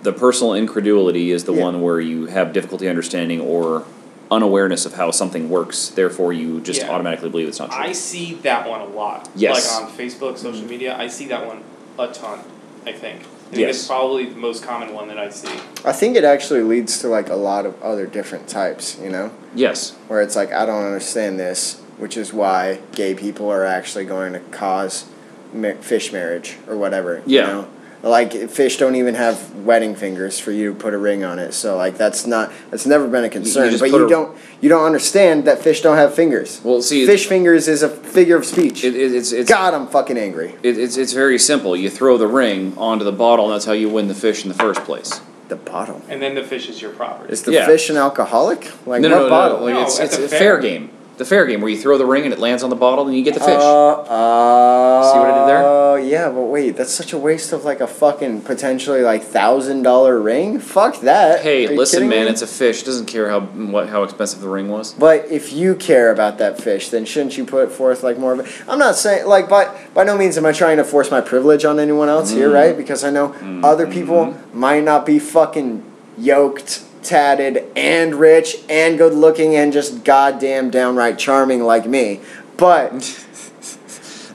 The personal incredulity is the Yeah. one where you have difficulty understanding or unawareness of how something works. Therefore, you just Yeah. automatically believe it's not true. I see that one a lot. Yes. Mm-hmm. Like on Facebook, social media, I see that one a ton. I think. I think Yes. it's probably the most common one that I see. I think it actually leads to like a lot of other different types, you know? yes. Where it's like, I don't understand this, which is why gay people are actually going to cause ma- fish marriage or whatever. Yeah. You know? Like fish don't even have wedding fingers for you to put a ring on it, so like that's not that's never been a concern. just but put you a- don't you don't understand that fish don't have fingers. Well, see, fish fingers is a figure of speech. It, it, it's it's God, I'm fucking angry. it, it's it's very simple. You throw the ring onto the bottle, and that's how you win the fish in the first place. The bottle And then the fish is your property. (laughs) is the Yeah. fish an alcoholic? Like no, what no, no, bottle? Like No, it's at it's the a fair. fair. game. The fair game where you throw the ring and it lands on the bottle, and you get the fish. Uh, uh, See what I did there? Oh yeah, but wait, that's such a waste of like a fucking potentially like thousand dollar ring. Fuck that. hey, Are you listen, kidding man, me? it's a fish. It doesn't care how what how expensive the ring was. But if you care about that fish, then shouldn't you put forth like more of it? I'm not saying like by by no means am I trying to force my privilege on anyone else here, Mm. right? Because I know Mm-hmm. other people might not be fucking yoked, tatted, and rich and good looking and just goddamn downright charming like me. But (laughs)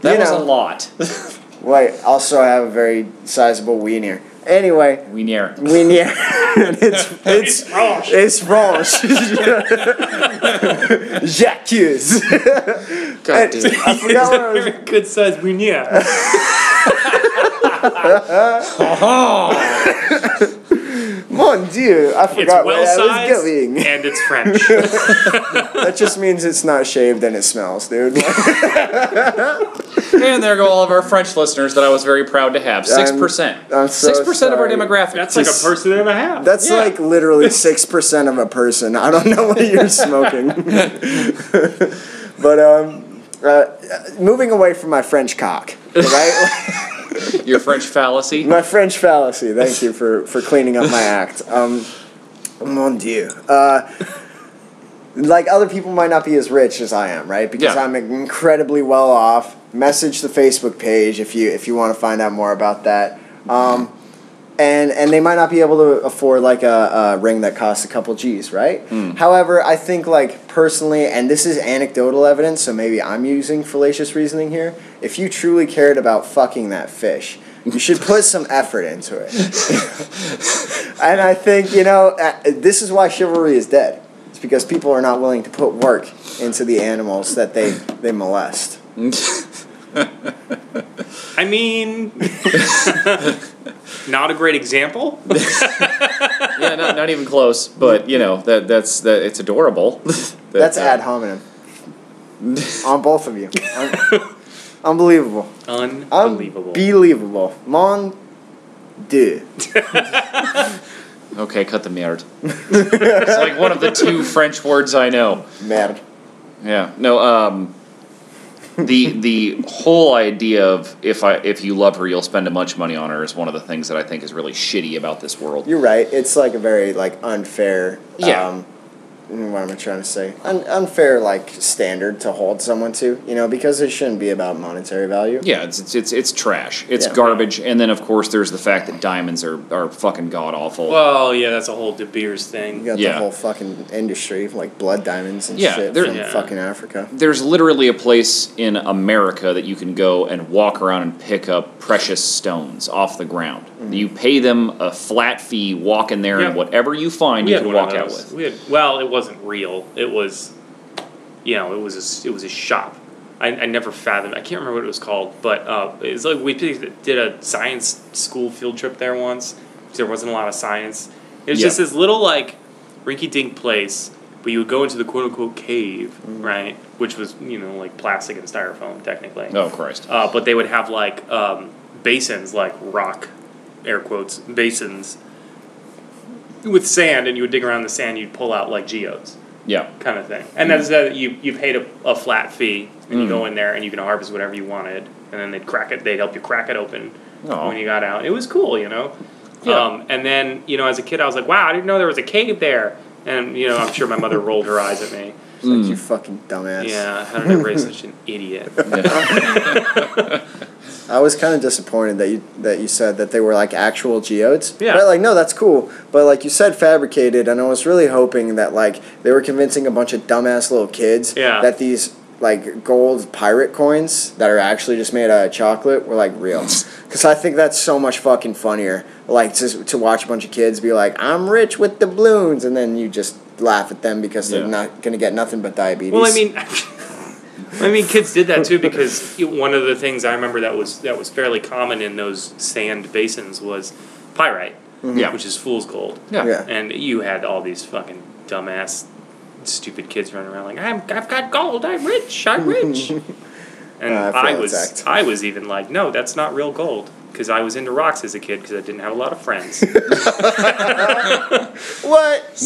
That You was know. a lot. wait, also I have a very sizable wiener. Anyway, (laughs) we near. (laughs) wiener. it's it's Rosh. it's French. J'accuse. God damn. I forgot what I (laughs) was good (laughs) size wiener. Mon Dieu, I forgot what It's well I was sized giving. and it's (laughs) French. That just means it's not shaved and it smells, dude. And there go all of our French listeners that I was very proud to have. Six percent. I'm so Six percent of our sorry. demographic. That's like a person and a half. That's Yeah. like literally six percent of a person. I don't know what you're (laughs) smoking. (laughs) but um, uh, moving away from my French cock, right? your French (laughs) fallacy. (laughs) my French fallacy. Thank you for for cleaning up my act. Um, mon Dieu. Uh, like other people might not be as rich as I am, right? Because Yeah. I'm incredibly well off. Message the Facebook page if you if you want to find out more about that. Um, and and they might not be able to afford like a, a ring that costs a couple G's, right? However, I think like personally, and this is anecdotal evidence, so maybe I'm using fallacious reasoning here. If you truly cared about fucking that fish, you should put some effort into it. and I think you know uh, this is why chivalry is dead. It's because people are not willing to put work into the animals that they they molest. (laughs) I mean, (laughs) not a great example. yeah, not, not even close. But you know that that's that. It's (laughs) adorable. That's uh, ad hominem on both of you. Un- Unbelievable. Unbelievable. Unbelievable. Mon Dieu. Okay, cut the (laughs) merde. it's like one of the two French words I know. Merde. Yeah. No. Um. The the whole idea of if I if you love her, you'll spend a bunch of money on her is one of the things that I think is really shitty about this world. You're right. It's like a very like unfair. Yeah. Um, what am I trying to say? Un- unfair like standard to hold someone to, you know, because it shouldn't be about monetary value. Yeah, it's it's it's, it's trash. It's Yeah. garbage. And then of course there's the fact that diamonds are are fucking god awful. Well, yeah, that's a whole De Beers You thing. got Yeah. the whole fucking industry, like blood diamonds and Yeah, shit there- from Yeah. fucking Africa. there's literally a place in America that you can go and walk around and pick up precious stones off the ground. Mm-hmm. You pay them a flat fee, walk in there, Yep. and whatever you find, We you had can one of walk out those. with. We had, well, it wasn't real. It was, you know, it was a, s- it was a shop. I, I never fathomed. I can't remember what it was called, but uh, it's like we picked- did a science school field trip there once. 'cause There wasn't a lot of science. It was Yeah. just this little like rinky-dink place, but you would go into the quote-unquote cave, right? Which was you know like plastic and styrofoam technically. Oh Christ! uh, but they would have like um, basins, like rock, air quotes, basins with sand, and you would dig around the sand, you'd pull out like geodes, (laughs) Yeah, kind of thing. And that's that you you paid a, a flat fee, and you go in there, and you can harvest whatever you wanted, and then they'd crack it, they'd help you crack it open Aw. when you got out. It was cool, you know. Yeah. Um, and then you know, as a kid, I was like, wow, I didn't know there was a cave there. And you know, I'm sure my mother rolled her eyes at me. It's Like you fucking dumbass. Yeah, how did I raise such an idiot? I was kind of disappointed that you that you said that they were like actual geodes. Yeah. But like no, that's cool. But like you said, fabricated, and I was really hoping that like they were convincing a bunch of dumbass little kids Yeah. that these like gold pirate coins that are actually just made out of chocolate were like (laughs) real. Because I think that's so much fucking funnier. Like to to watch a bunch of kids be like, "I'm rich with the balloons," and then you just laugh at them because they're Yeah. not gonna get nothing but diabetes. Well, I mean, I mean, (laughs) kids did that too because you- one of the things I remember that was that was fairly common in those sand basins was pyrite, Yeah. which is fool's gold. yeah, Mm-hmm. Yeah. And you had all these fucking dumbass, stupid kids running around like, I'm, "I've got gold. I'm rich. I'm (laughs) rich." and Uh, I I, feel was attacked. I was even like, "No, that's not real gold." Because I was into rocks as a kid because I didn't have a lot (laughs) of friends. what?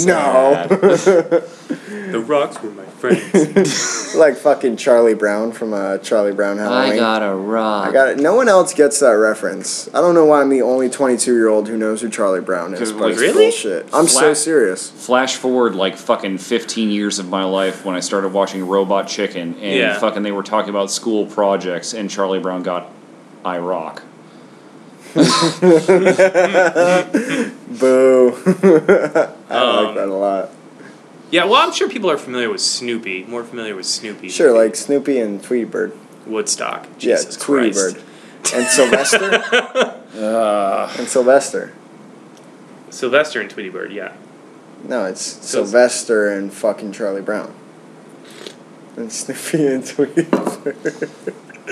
No. (laughs) the rocks were my friends. like fucking Charlie Brown from uh, Charlie Brown Halloween. a rock. I got it. No one else gets that reference. I don't know why I'm the only 22 year old who knows who Charlie Brown is. Because, But like, it's really? bullshit. I'm so Flat. serious. Flash forward like fucking 15 years of my life when I started watching Robot Chicken and Yeah. fucking they were talking about school projects and Charlie Brown got Iraq. Boo. (laughs) I like Um, that a lot. yeah, well, I'm sure people are familiar with Snoopy. More familiar with Snoopy. Sure, than like Snoopy and Tweety Bird. Woodstock. yeah, Jesus Tweety Christ. Bird. And (laughs) Sylvester. Uh, and Sylvester. Sylvester and Tweety Bird, yeah. No, it's Syl- Sylvester and fucking Charlie Brown. And (laughs) Snoopy and Tweety Bird.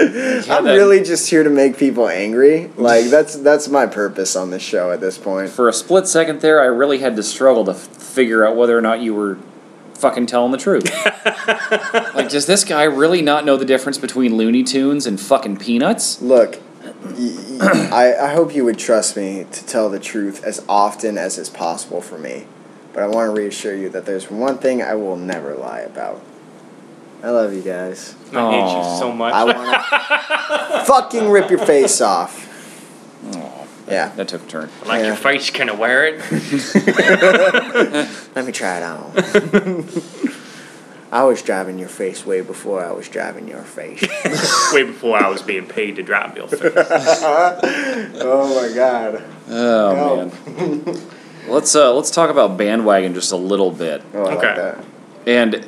I'm that- really just here to make people angry. Like that's that's my purpose on this show at this point. For a split second there, I really had to struggle to f- figure out whether or not you were fucking telling the truth. (laughs) like, does this guy really not know the difference between Looney Tunes and fucking Peanuts? Look, y- y- I, I hope you would trust me to tell the truth as often as is possible for me. But I want to reassure you that there's one thing I will never lie about. I love you guys. I hate you Aw. so much. I (laughs) want to fucking rip your face off. Yeah. That took a turn. (laughs) like yeah. your (laughs) face, can I wear it? Let me try it on. I was driving your face way before I was driving your face. way before I was being paid to drive Bill Fish. (laughs) oh my god. Oh No. man. let's uh, let's talk about bandwagon just a little bit, Oh, I Okay. like that. and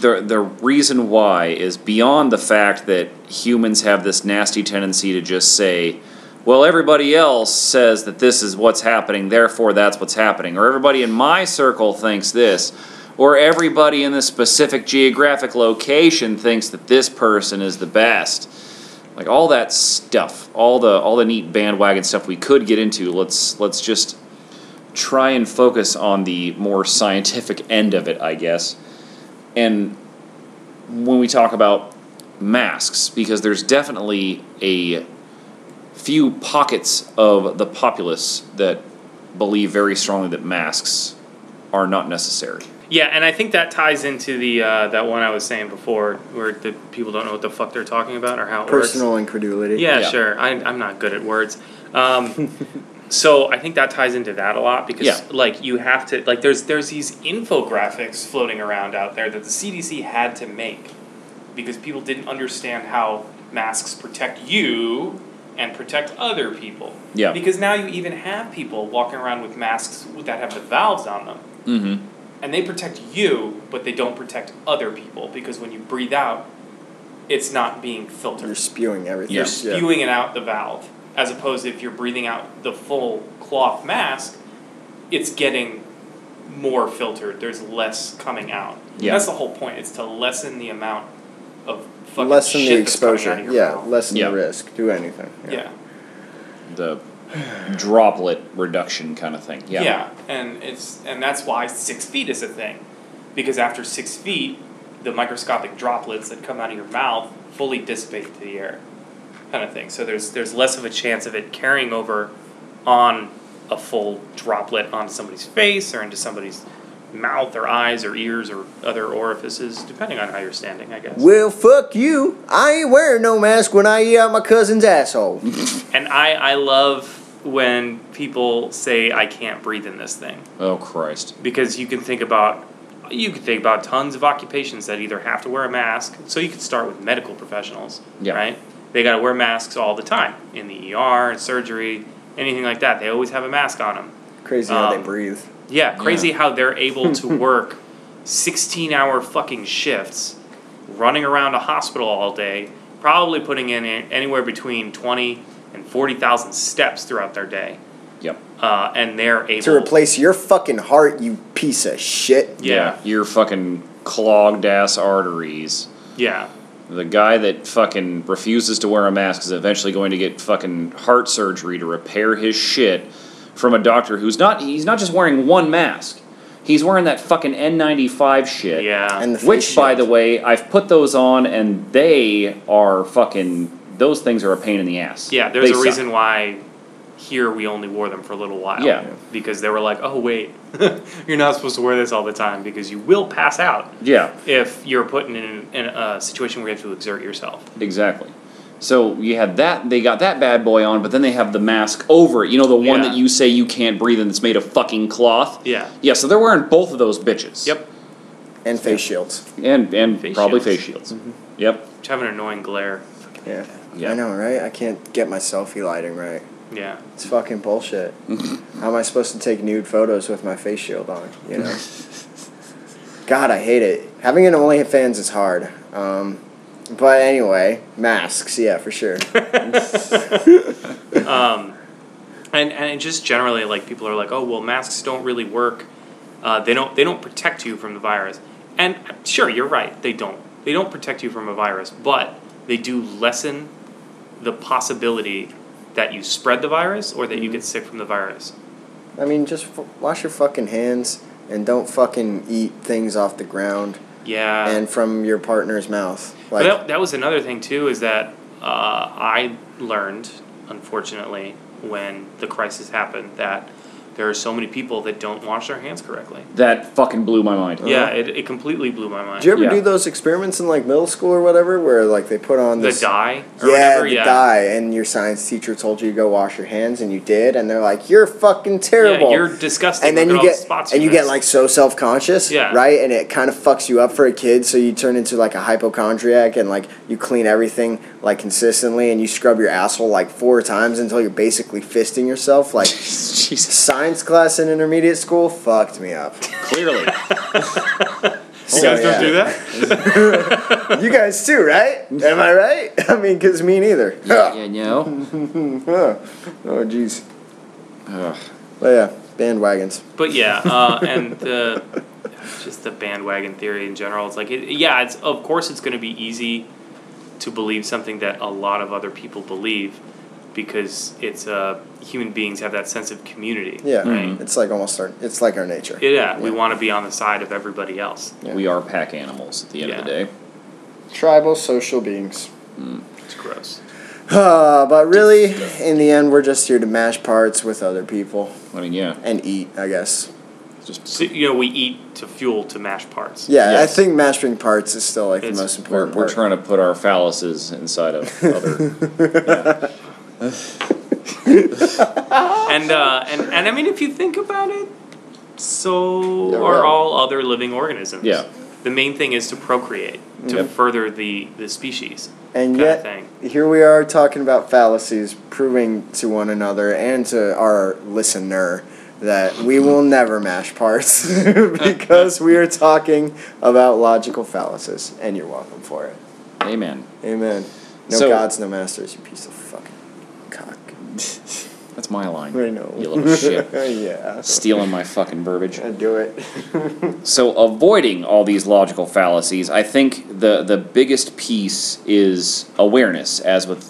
the the reason why is beyond the fact that humans have this nasty tendency to just say. Well, everybody else says that this is what's happening, therefore that's what's happening. Or everybody in my circle thinks this. Or everybody in this specific geographic location thinks that this person is the best. like all that stuff, all the all the neat bandwagon stuff we could get into. Let's let's just try and focus on the more scientific end of it, I guess. And when we talk about masks, because there's definitely a few pockets of the populace that believe very strongly that masks are not necessary. Yeah, and I think that ties into the uh, that one I was saying before, where the people don't know what the fuck they're talking about or how it works. Personal incredulity. Yeah, Yeah. sure. I, I'm not good at words. (laughs) Um, so I think that ties into that a lot because Yeah. like you have to like there's there's these infographics floating around out there that the CDC had to make because people didn't understand how masks protect you and protect other people. Yeah. Because now you even have people walking around with masks that have the valves on them. Mm-hmm. And they protect you, but they don't protect other people because when you breathe out, it's not being filtered. You're spewing everything. You're You're spewing it out the valve, as opposed to if you're breathing out the full cloth mask, it's getting more filtered. There's less coming out. Yeah. That's the whole point. It's to lessen the amount of fucking Lessen shit the that's coming out exposure. of your Yeah, mouth. lessen Yeah. the risk. Do anything. yeah. The droplet reduction kind of thing. Yeah. And it's and that's why six feet is a thing, because after six feet, the microscopic droplets that come out of your mouth fully dissipate to the air, kind of thing. So there's there's less of a chance of it carrying over on a full droplet onto somebody's face or into somebody's mouth or eyes or ears or other orifices, depending on how you're standing, I guess. Well, fuck you. I ain't wearing no mask when I eat out my cousin's asshole. and I I love when people say I can't breathe in this thing. Oh Christ. because you can think about you can think about tons of occupations that either have to wear a mask. So you could start with medical professionals, Yeah. right? They got to wear masks all the time in the ER, in surgery, anything like that. They always have a mask on them. Crazy how Um, they breathe. Yeah, crazy how they're able to work 16-hour fucking shifts running around a hospital all day, probably putting in a- anywhere between 20 and 40,000 steps throughout their day. Yep. Uh, and they're able To replace your fucking heart, you piece of shit. Yeah. Your fucking clogged ass arteries. Yeah. The guy that fucking refuses to wear a mask is eventually going to get fucking heart surgery to repair his shit from a doctor who's not he's not just wearing one mask. He's wearing that fucking N95 shit. Yeah. And the face Which by shield. the way, I've put those on and they are fucking those things are a pain in the ass. Yeah, there's They a suck. reason why here we only wore them for a little while. Yeah. Because they were like, oh, wait, (laughs) you're not supposed to wear this all the time because you will pass out Yeah. if you're put in, in a situation where you have to exert yourself. Exactly. So you had that, they got that bad boy on, but then they have the mask over it. You know, the one Yeah. that you say you can't breathe in that's made of fucking cloth? Yeah. Yeah, so they're wearing both of those bitches. Yep. And face shields. And and Face probably shields. face shields. Mm-hmm. Yep. Which have an annoying glare. Yeah. Yeah. I know, right? I can't get my selfie lighting right. Yeah. It's fucking bullshit. (laughs) How am I supposed to take nude photos with my face shield on? You know. God, I hate it. Having an OnlyFans is hard. Um, but anyway, masks, yeah, (laughs) for sure. um, and and just generally like people are like, oh well, masks don't really work. Uh, they don't they don't protect you from the virus. And sure, you're right. They don't they don't protect you from a virus, but they do lessen the possibility that you spread the virus or Mm-hmm. that you get sick from the virus. I mean, just f- wash your fucking hands and don't fucking eat things off the ground Uh, Yeah. and from your partner's mouth. But Like, that, that was another thing too is that uh, I learned, unfortunately, when the crisis happened, that there are so many people that don't wash their hands correctly. That fucking blew my mind. Yeah, it, it completely blew my mind. Did you ever Yeah. Uh-huh. do those experiments in like middle school or whatever, where like they put on the this dye or yeah, whatever, the yeah. dye, and your science teacher told you to go wash your hands, and you did, and they're like, "You're fucking terrible." Yeah, you're disgusting. and then Look you at all get the spots and you you get missed. like so self conscious, Yeah. right? And it kind of fucks you up for a kid, so you turn into like a hypochondriac, and like you clean everything like consistently, and you scrub your asshole like four times until you're basically fisting yourself. (laughs) Like Jesus. science class in intermediate school fucked me up. (laughs) Clearly. You So, guys yeah. don't do (laughs) that. You guys too, right? Am I right? (laughs) I mean, cause me neither. (laughs) yeah, you know? Huh. (laughs) Oh jeez. Ugh. But yeah, bandwagons. But yeah, uh, and the just the bandwagon theory in general. It's like, it, yeah, it's of course it's going to be easy to believe something that a lot of other people believe because it's uh, human beings have that sense of community. (laughs) Yeah, right. it's like almost our it's like our nature. Hmm. Yeah, we Yeah. want to be on the side of everybody else. Yeah. We are pack animals at the end of the day. Tribal social beings. Hmm. It's gross. (sighs) Uh, but really, in the end, we're just here to mash parts with other people I mean, yeah. and eat. I guess. Just So, you know, we eat to fuel to mash parts. Yeah, Yes. I think mastering parts is still like It's- the most we're, important we're part. trying to put our phalluses inside of (laughs) other. and uh, and and I mean, if you think about it, so Yeah, are right. all other living organisms. Yeah. The main thing is to procreate to Yep. further the the species. and kinda yet, thing. here we are talking about fallacies, proving to one another and to our listener that we will never mash parts (laughs) because we are talking about logical fallacies, and you're welcome for it. Amen. Amen. No So- gods, no masters, you piece of fucking (laughs) cock. That's my line. I know. You little (laughs) shit. yeah. Stealing my fucking verbiage. I do it. (laughs) So avoiding all these logical fallacies, I think the the biggest piece is awareness. As with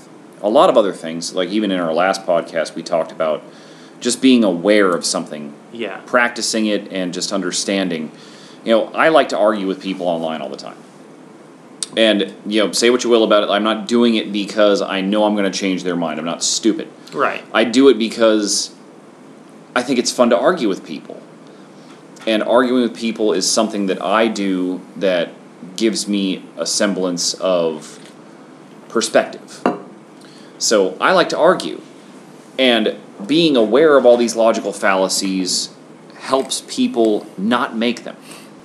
a lot of other things, like even in our last podcast, we talked about just being aware of something, Yeah. practicing it, and just understanding. You know, I like to argue with people online all the time, and you know, say what you will about it. I'm not doing it because I know I'm going to change their mind. I'm not stupid. Right. I do it because I think it's fun to argue with people. And arguing with people is something that I do that gives me a semblance of perspective. So I like to argue. And being aware of all these logical fallacies helps people not make them.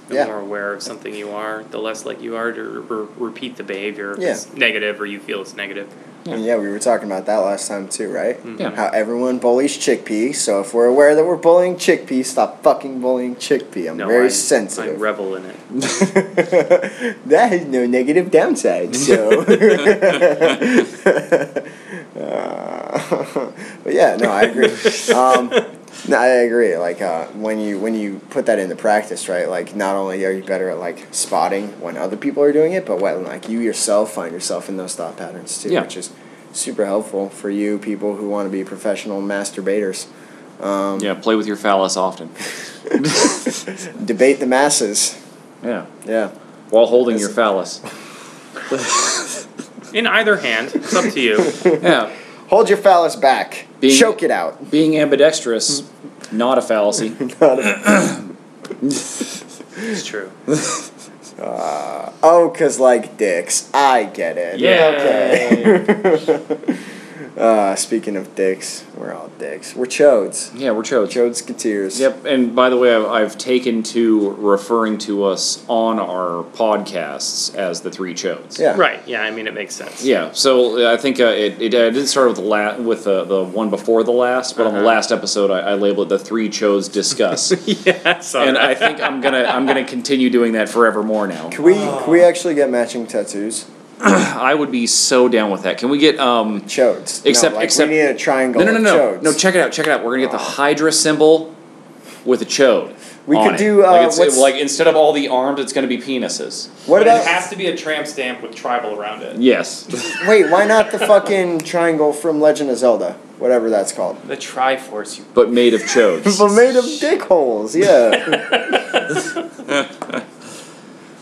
The Yeah. more aware of something you are, the less like you are to re- re- repeat the behavior. If Yeah. it's negative or you feel it's negative. And yeah, we were talking about that last time too, right? Yeah. How everyone bullies chickpea, so if we're aware that we're bullying chickpea, stop fucking bullying chickpea. I'm No, very I, I sensitive. revel in it. (laughs) that has no negative (laughs) downside, so. (laughs) Uh, but yeah, no, I agree. Um, no, I agree. Like uh, when you when you put that into practice, right? Like not only are you better at like spotting when other people are doing it, but when like you yourself find yourself in those thought patterns too, Yeah. which is super helpful for you people who want to be professional masturbators. Um, Yeah, play with your phallus often. Debate the masses. Yeah. Yeah. While holding your That's- phallus. In either hand, it's up (laughs) to you. Yeah. Hold your phallus back. Being- Choke it out. (laughs) Being ambidextrous, not a fallacy. It's true. Oh, cause like dicks. I get it. Okay. (laughs) uh, speaking of dicks, we're all dicks. We're chodes. Yeah, we're chodes. Chodes Skateers. Yep, and by the way, I've, I've taken to referring to us on our podcasts as the Three Chodes. Yeah. Right. Yeah. I mean, it makes sense. Yeah, so uh, I think uh, it, it I didn't start with the la- with uh, the one before the last, but on the Uh-huh. last episode I, I labeled it the three chodes (laughs) discuss, (laughs) yeah. So and I think I'm gonna I'm gonna continue doing that forevermore now. Can we can we actually get matching tattoos? I would be so down with that. Can we get um? Chodes. Except- no, like, except- we need a triangle. No, no, no, of no, Chodes. no. Check it out, check it out. We're gonna get the Hydra symbol with a chode. We on could it. do, uh, like, it's, what's- like instead of all the arms, it's gonna be penises. what but about? it has to be a tramp stamp with tribal around it. Yes. wait, why not the fucking triangle from Legend of Zelda? Whatever that's called. The Triforce, you but made of (laughs) chodes. But made of dick holes. (laughs) (laughs)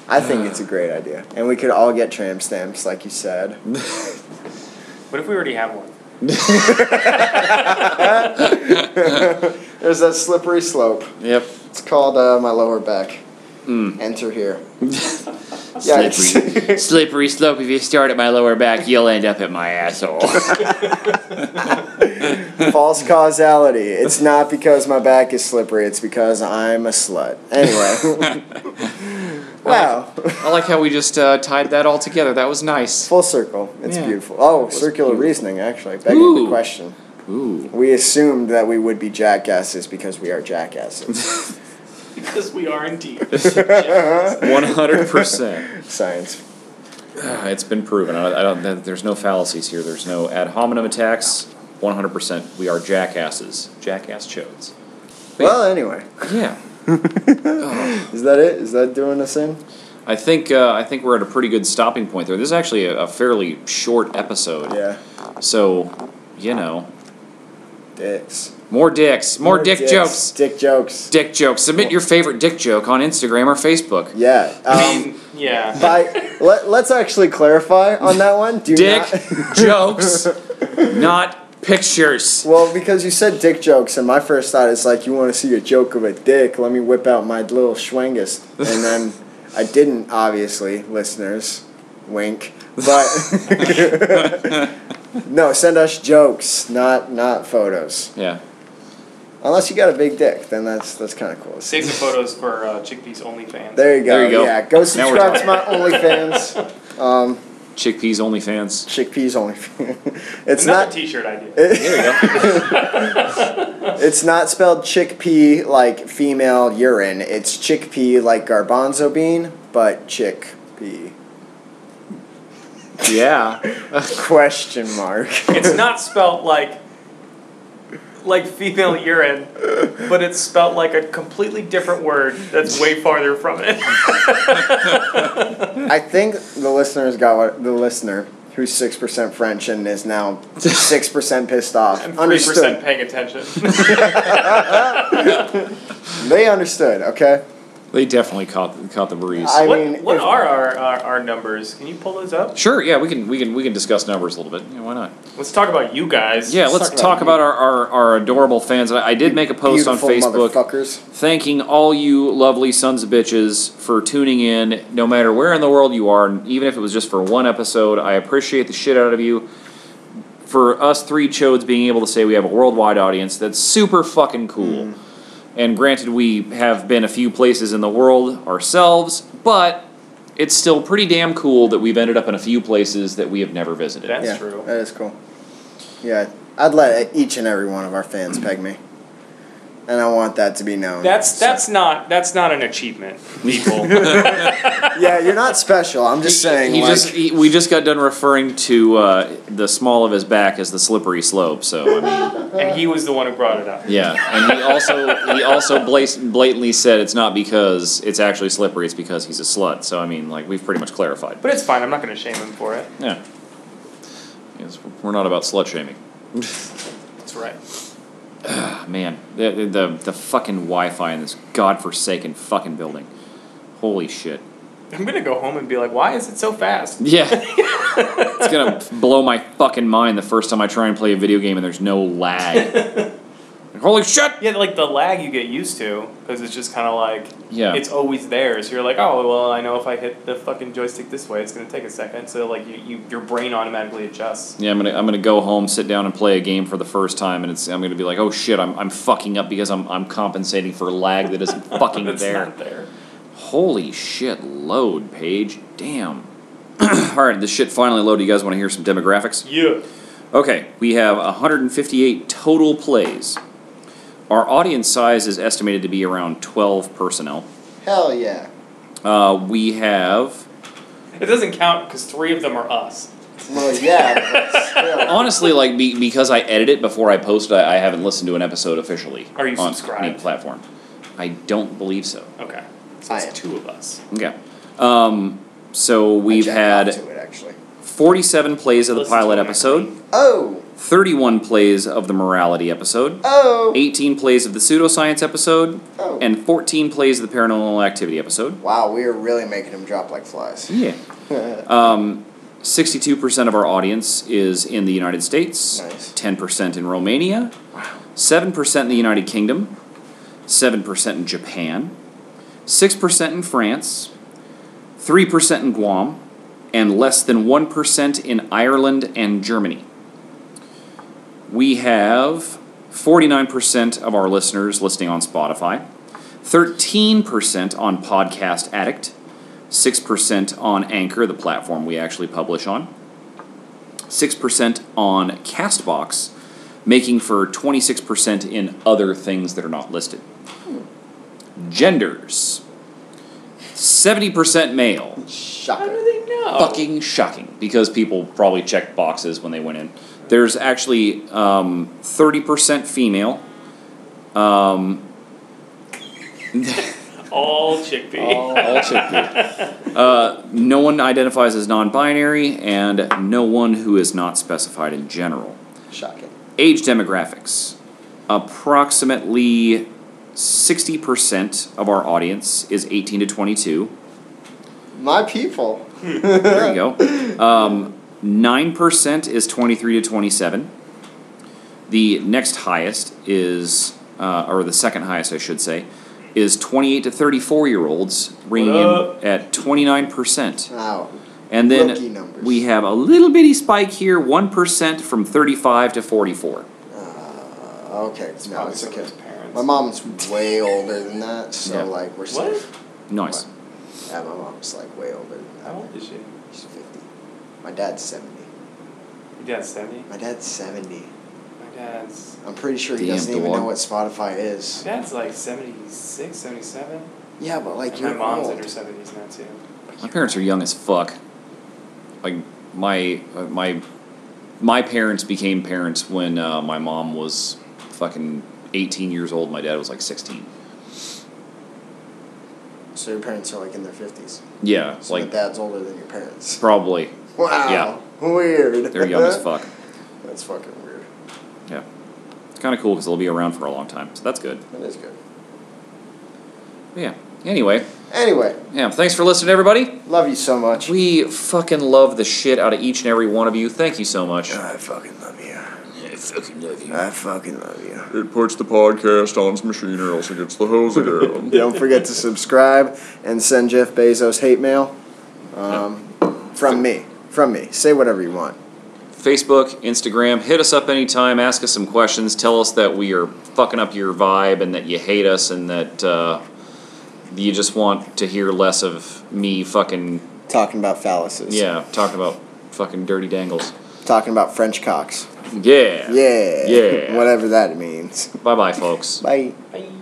Yeah. I think it's a great idea, and we could all get tram stamps, like you said. what if we already have one? (laughs) There's that slippery slope. Yep. It's called uh, my lower back. Mm. Enter (laughs) here. Slippery, slippery slope. If you start at my lower back, you'll end up at my asshole. (laughs) False causality. It's not because my back is slippery. It's because I'm a slut. (laughs) Anyway. (laughs) wow. I like how we just uh, tied that all together. That was nice. Full circle. It's Yeah. beautiful. Oh, circular reasoning, actually. Begging Ooh. the question. Ooh. We assumed that we would be jackasses because we are (laughs) jackasses. because we are (laughs) indeed. 100%. Science. Ah, it's been proven. I, I don't, there- there's no fallacies here. There's no ad hominem attacks. 100%. We are jackasses. Jackass chodes. Well, anyway. Yeah. Is that it? Is that doing us in? I think uh, I think we're at a pretty good stopping point there. This is actually a, a fairly short episode. Yeah. So, you know, Dicks. more dicks, more, dick dicks. jokes, Dick jokes. dick jokes. Submit your favorite dick joke on Instagram or Facebook. Yeah. I (laughs) Um, mean, yeah. by, let, let's actually clarify on that one. Do dick Not, (laughs) jokes, not pictures. well, because you said dick jokes, and my first thought is like, you want to see a joke of a dick? Let me whip out my little schwangus. And then I didn't, obviously, listeners. Wink. But (laughs) no, send us jokes, not not photos. Yeah. Unless you got a big dick, then that's that's kind of cool. Save the photos for uh, Chickpeas OnlyFans. There you go. There you go. Yeah, Now go we're subscribe to my (laughs) OnlyFans. Um, Chickpeas OnlyFans. chickpeas OnlyFans. (laughs) It's (laughs) Another not. T-shirt idea. There you go. (laughs) It's not spelled chickpea like female urine. It's chickpea like garbanzo bean, but chickpea. yeah. (laughs) Question mark. It's not spelt like like female urine, but it's spelt like a completely different word that's way farther from it. (laughs) I think the listeners got what the listener who's six percent French and is (laughs) now six percent pissed off. (laughs) I'm three Understood. percent paying attention. (laughs) (laughs) They understood. Okay. They definitely caught caught the breeze. I (laughs) what mean, what if- are our, our, our numbers? Can you pull those up? Sure, yeah, we can we can we can discuss numbers a little bit. Yeah, why not? Let's talk about you guys. Yeah, let's talk about, our, our, our adorable fans. I, I did make a post on Beautiful Facebook motherfuckers. thanking all you lovely sons of bitches for tuning in, no matter where in the world you are, and even if it was just for one episode. I appreciate the shit out of you. For us three chodes being able to say we have a worldwide audience, that's super fucking cool. And granted, we have been a few places in the world ourselves, but it's still pretty damn cool that we've ended up in a few places that we have never visited. That's yeah, true. That is cool. Yeah, I'd let each and every one of our fans peg me, and I want that to be known. That's that's not that's not an achievement, (laughs) people. (laughs) yeah, you're not special. I'm just saying. He like, just he, we just got done referring to uh, the small of his back as the slippery slope. So I mean, and he was the one who brought it up. yeah, and he also he also blas- blatantly said it's not because it's actually slippery; it's because he's a slut. So I mean, like we've pretty much clarified. But it's fine. I'm not going to shame him for it. Yeah, Yes, we're not about slut shaming. That's right. Ah, man, the, the the the fucking Wi-Fi in this godforsaken fucking building. Holy shit! I'm going to go home and be like, why is it so fast? Yeah, (laughs) it's gonna blow my fucking mind the first time I try and play a video game and there's no lag. Like, Holy shit! Yeah, like the lag you get used to because it's just kind of like Yeah. it's always there. So you're like, oh well, I know if I hit the fucking joystick this way, it's gonna take a second. So like you, you your brain automatically adjusts. Yeah, I'm gonna I'm gonna go home, sit down, and play a game for the first time, and it's I'm gonna be like, oh shit, I'm I'm fucking up because I'm I'm compensating for lag that (laughs) isn't fucking It's there. not there. Holy shit, load page, damn. (clears throat) All right, this shit finally loaded. You guys want to hear some demographics? Yeah. Okay, we have 158 total plays. Our audience size is estimated to be around 12 personnel. hell yeah. Uh, we have It doesn't count because three of them are us. Well, yeah. But (laughs) still. honestly like be, because I edit it before I post, I, I haven't listened to an episode officially. Are you on subscribed? any platform? I don't believe so. Okay. So I it's am. two of us. Okay. Um, so we've I jacked off had To it, actually. 47 plays of the Listen to pilot it, episode, Oh, 31 plays of the morality episode, oh, 18 plays of the pseudoscience episode, oh. and 14 plays of the paranormal activity episode. wow, we are really making them drop like flies. Yeah. (laughs) Um, Sixty-two percent of our audience is in the United States. Nice. Ten percent in Romania. Seven percent in the United Kingdom. Seven percent in Japan. Six percent in France. Three percent in Guam, and less than one percent in Ireland and Germany. We have forty-nine percent of our listeners listening on Spotify. 13% on Podcast Addict, 6% on Anchor, the platform we actually publish on, 6% on Castbox, making for 26% in other things that are not listed. Genders 70% male. How do Shocker. they know? Fucking shocking, because people probably checked boxes when they went in. There's actually um, 30% female. Um, (laughs) All chickpea. (laughs) (laughs) All chickpea. Uh, no one identifies as non-binary, and no one who is not specified in general. Shocking. Age demographics: approximately sixty percent of our audience is eighteen to twenty-two. My people. There you (laughs) go. Um, Nine percent is twenty-three to twenty-seven. The next highest is, uh, or the second highest, I should say, is twenty-eight to thirty-four year olds, ringing What in up? at twenty-nine percent. Wow. And Rookie then numbers. we have a little bitty spike here, 1% from 35 to 44. Uh, okay. no, probably it's okay. someone's parents. My mom's way older than that, so Yeah. like we're What? safe. Nice. Yeah, my mom's like way older than How that. old is she? She's fifty. My dad's seventy. Your dad's 70? My dad's seventy. My dad's. I'm pretty sure he Damn, doesn't even dog. know what Spotify is. My dad's like 76, 77. Yeah, but like and you're my mom's old. in her 70s now, too. My parents are young as fuck. Like my uh, my my parents became parents when uh, my mom was fucking 18 years old. My dad was like 16. So your parents are like in their fifties. Yeah, So your like dad's older than your parents. (laughs) probably Wow. Weird. they're young (laughs) as fuck. That's fucking weird. Yeah, it's kind of cool because they'll be around for a long time, so that's good. That is good. Yeah. Anyway, Anyway, yeah. Thanks for listening, everybody. love you so much. We fucking love the shit out of each and every one of you. Thank you so much. I fucking love you. I fucking love you. I fucking love you. It puts the podcast on its machine or else it gets the (laughs) hose again. Don't forget to subscribe and send Jeff Bezos hate mail um, from me. From me. Say whatever you want. Facebook, Instagram, hit us up anytime, ask us some questions, tell us that we are fucking up your vibe and that you hate us and that uh, you just want to hear less of me fucking, Talking about phalluses. yeah, talking about fucking dirty dangles. Talking about French cocks. Yeah. Yeah. Yeah. (laughs) Whatever that means. Bye bye, folks. Bye. Bye.